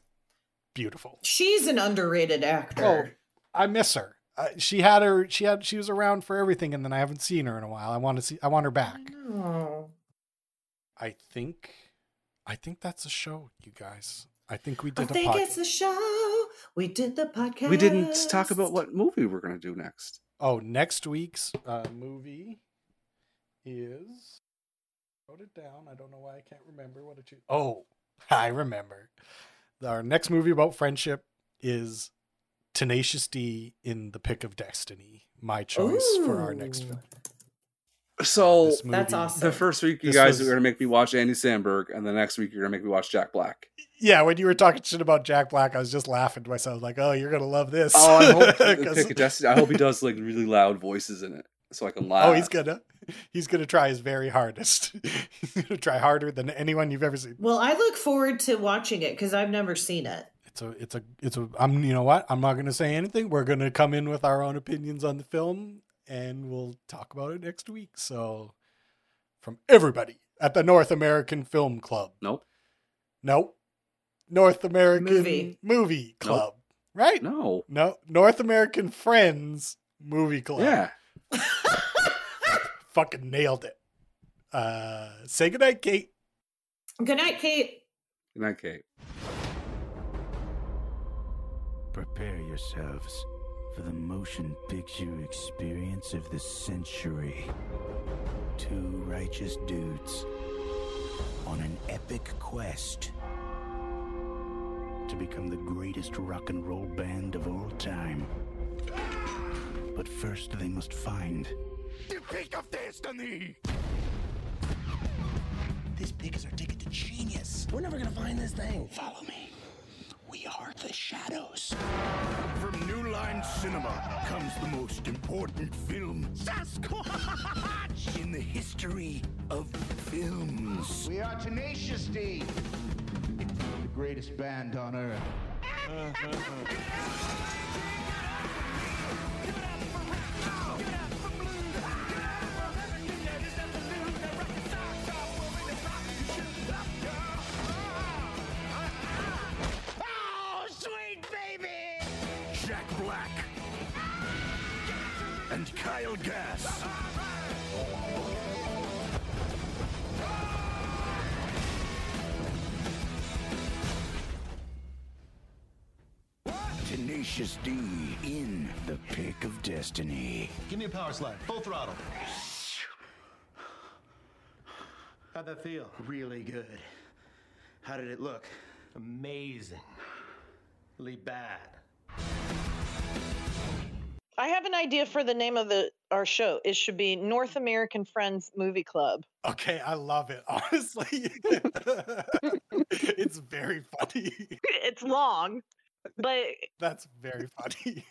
S1: beautiful.
S4: She's an underrated actor.
S1: I miss her. Uh, she had her. She had. She was around for everything, and then I haven't seen her in a while. I want to see. I want her back.
S4: Oh.
S1: I think. I think that's a show, you guys. I think we
S4: I
S1: did. a
S4: think
S1: podcast.
S4: it's the show. We did the podcast.
S3: we didn't talk about what movie we're gonna do next.
S1: Oh, next week's uh, movie is. Wrote it down. I don't know why I can't remember what it. is. Oh, I remember. Our next movie about friendship is Tenacious D in the Pick of Destiny. My choice for our next
S4: Ooh.
S1: film.
S3: So
S1: This
S4: That's
S1: movie-
S4: awesome.
S3: the first week you
S1: This
S3: guys
S1: was-
S3: are gonna make me watch Andy Sandberg, and the next week you're gonna make me watch Jack Black.
S1: Yeah, when you were talking shit about Jack Black, I was just laughing to myself, like, "Oh, you're gonna love this."
S3: Oh, I hope the
S1: 'Cause-
S3: pick of Destiny- I hope he does like really loud voices in it, so I can laugh.
S1: oh, he's gonna, he's gonna try his very hardest. he's gonna try harder than anyone you've ever seen.
S4: Well, I look forward to watching it because I've never seen it.
S1: It's a, it's a, it's a. I'm, you know what? I'm not gonna say anything. We're gonna come in with our own opinions on the film, and we'll talk about it next week. So, from everybody at the North American Film Club,
S3: Nope.
S1: nope, North American
S4: Movie.
S1: Movie Club, right?
S3: No.
S1: No, North American Friends Movie Club.
S3: Yeah.
S1: Fucking nailed it. Uh, say goodnight, Kate.
S4: Good night, Kate.
S3: Good night, Kate.
S11: Prepare yourselves for the motion picture experience of the century. Two righteous dudes on an epic quest to become the greatest rock and roll band of all time. But first, they must find the peak of destiny. This pick is our ticket to genius. We're never gonna find this thing. Follow me. We are the shadows. From New Line Cinema comes the most important film Sasquatch in the history of films.
S12: We are Tenacious D, the greatest band on earth.
S10: Oh, sweet baby!
S11: Jack Black and Kyle Gass. Tenacious D in the pick of destiny.
S12: Give me a power slide, full throttle. How'd that feel? Really good. How did it look? Amazing. Really bad.
S4: I have an idea for the name of the our show. It should be North American Friends Movie Club.
S1: Okay, I love it. Honestly, it's very funny.
S4: It's long, but
S1: That's very funny.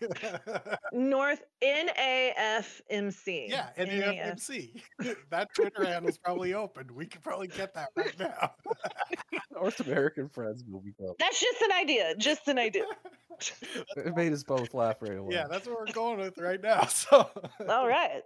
S4: North N A F M C.
S1: Yeah, and the FMC. that Twitter handle's probably open. We could probably get that right now.
S3: North American Friends movie club.
S4: That's just an idea. Just an idea.
S3: It made us both laugh right away.
S1: Yeah, that's what we're going with right now. So
S4: All right.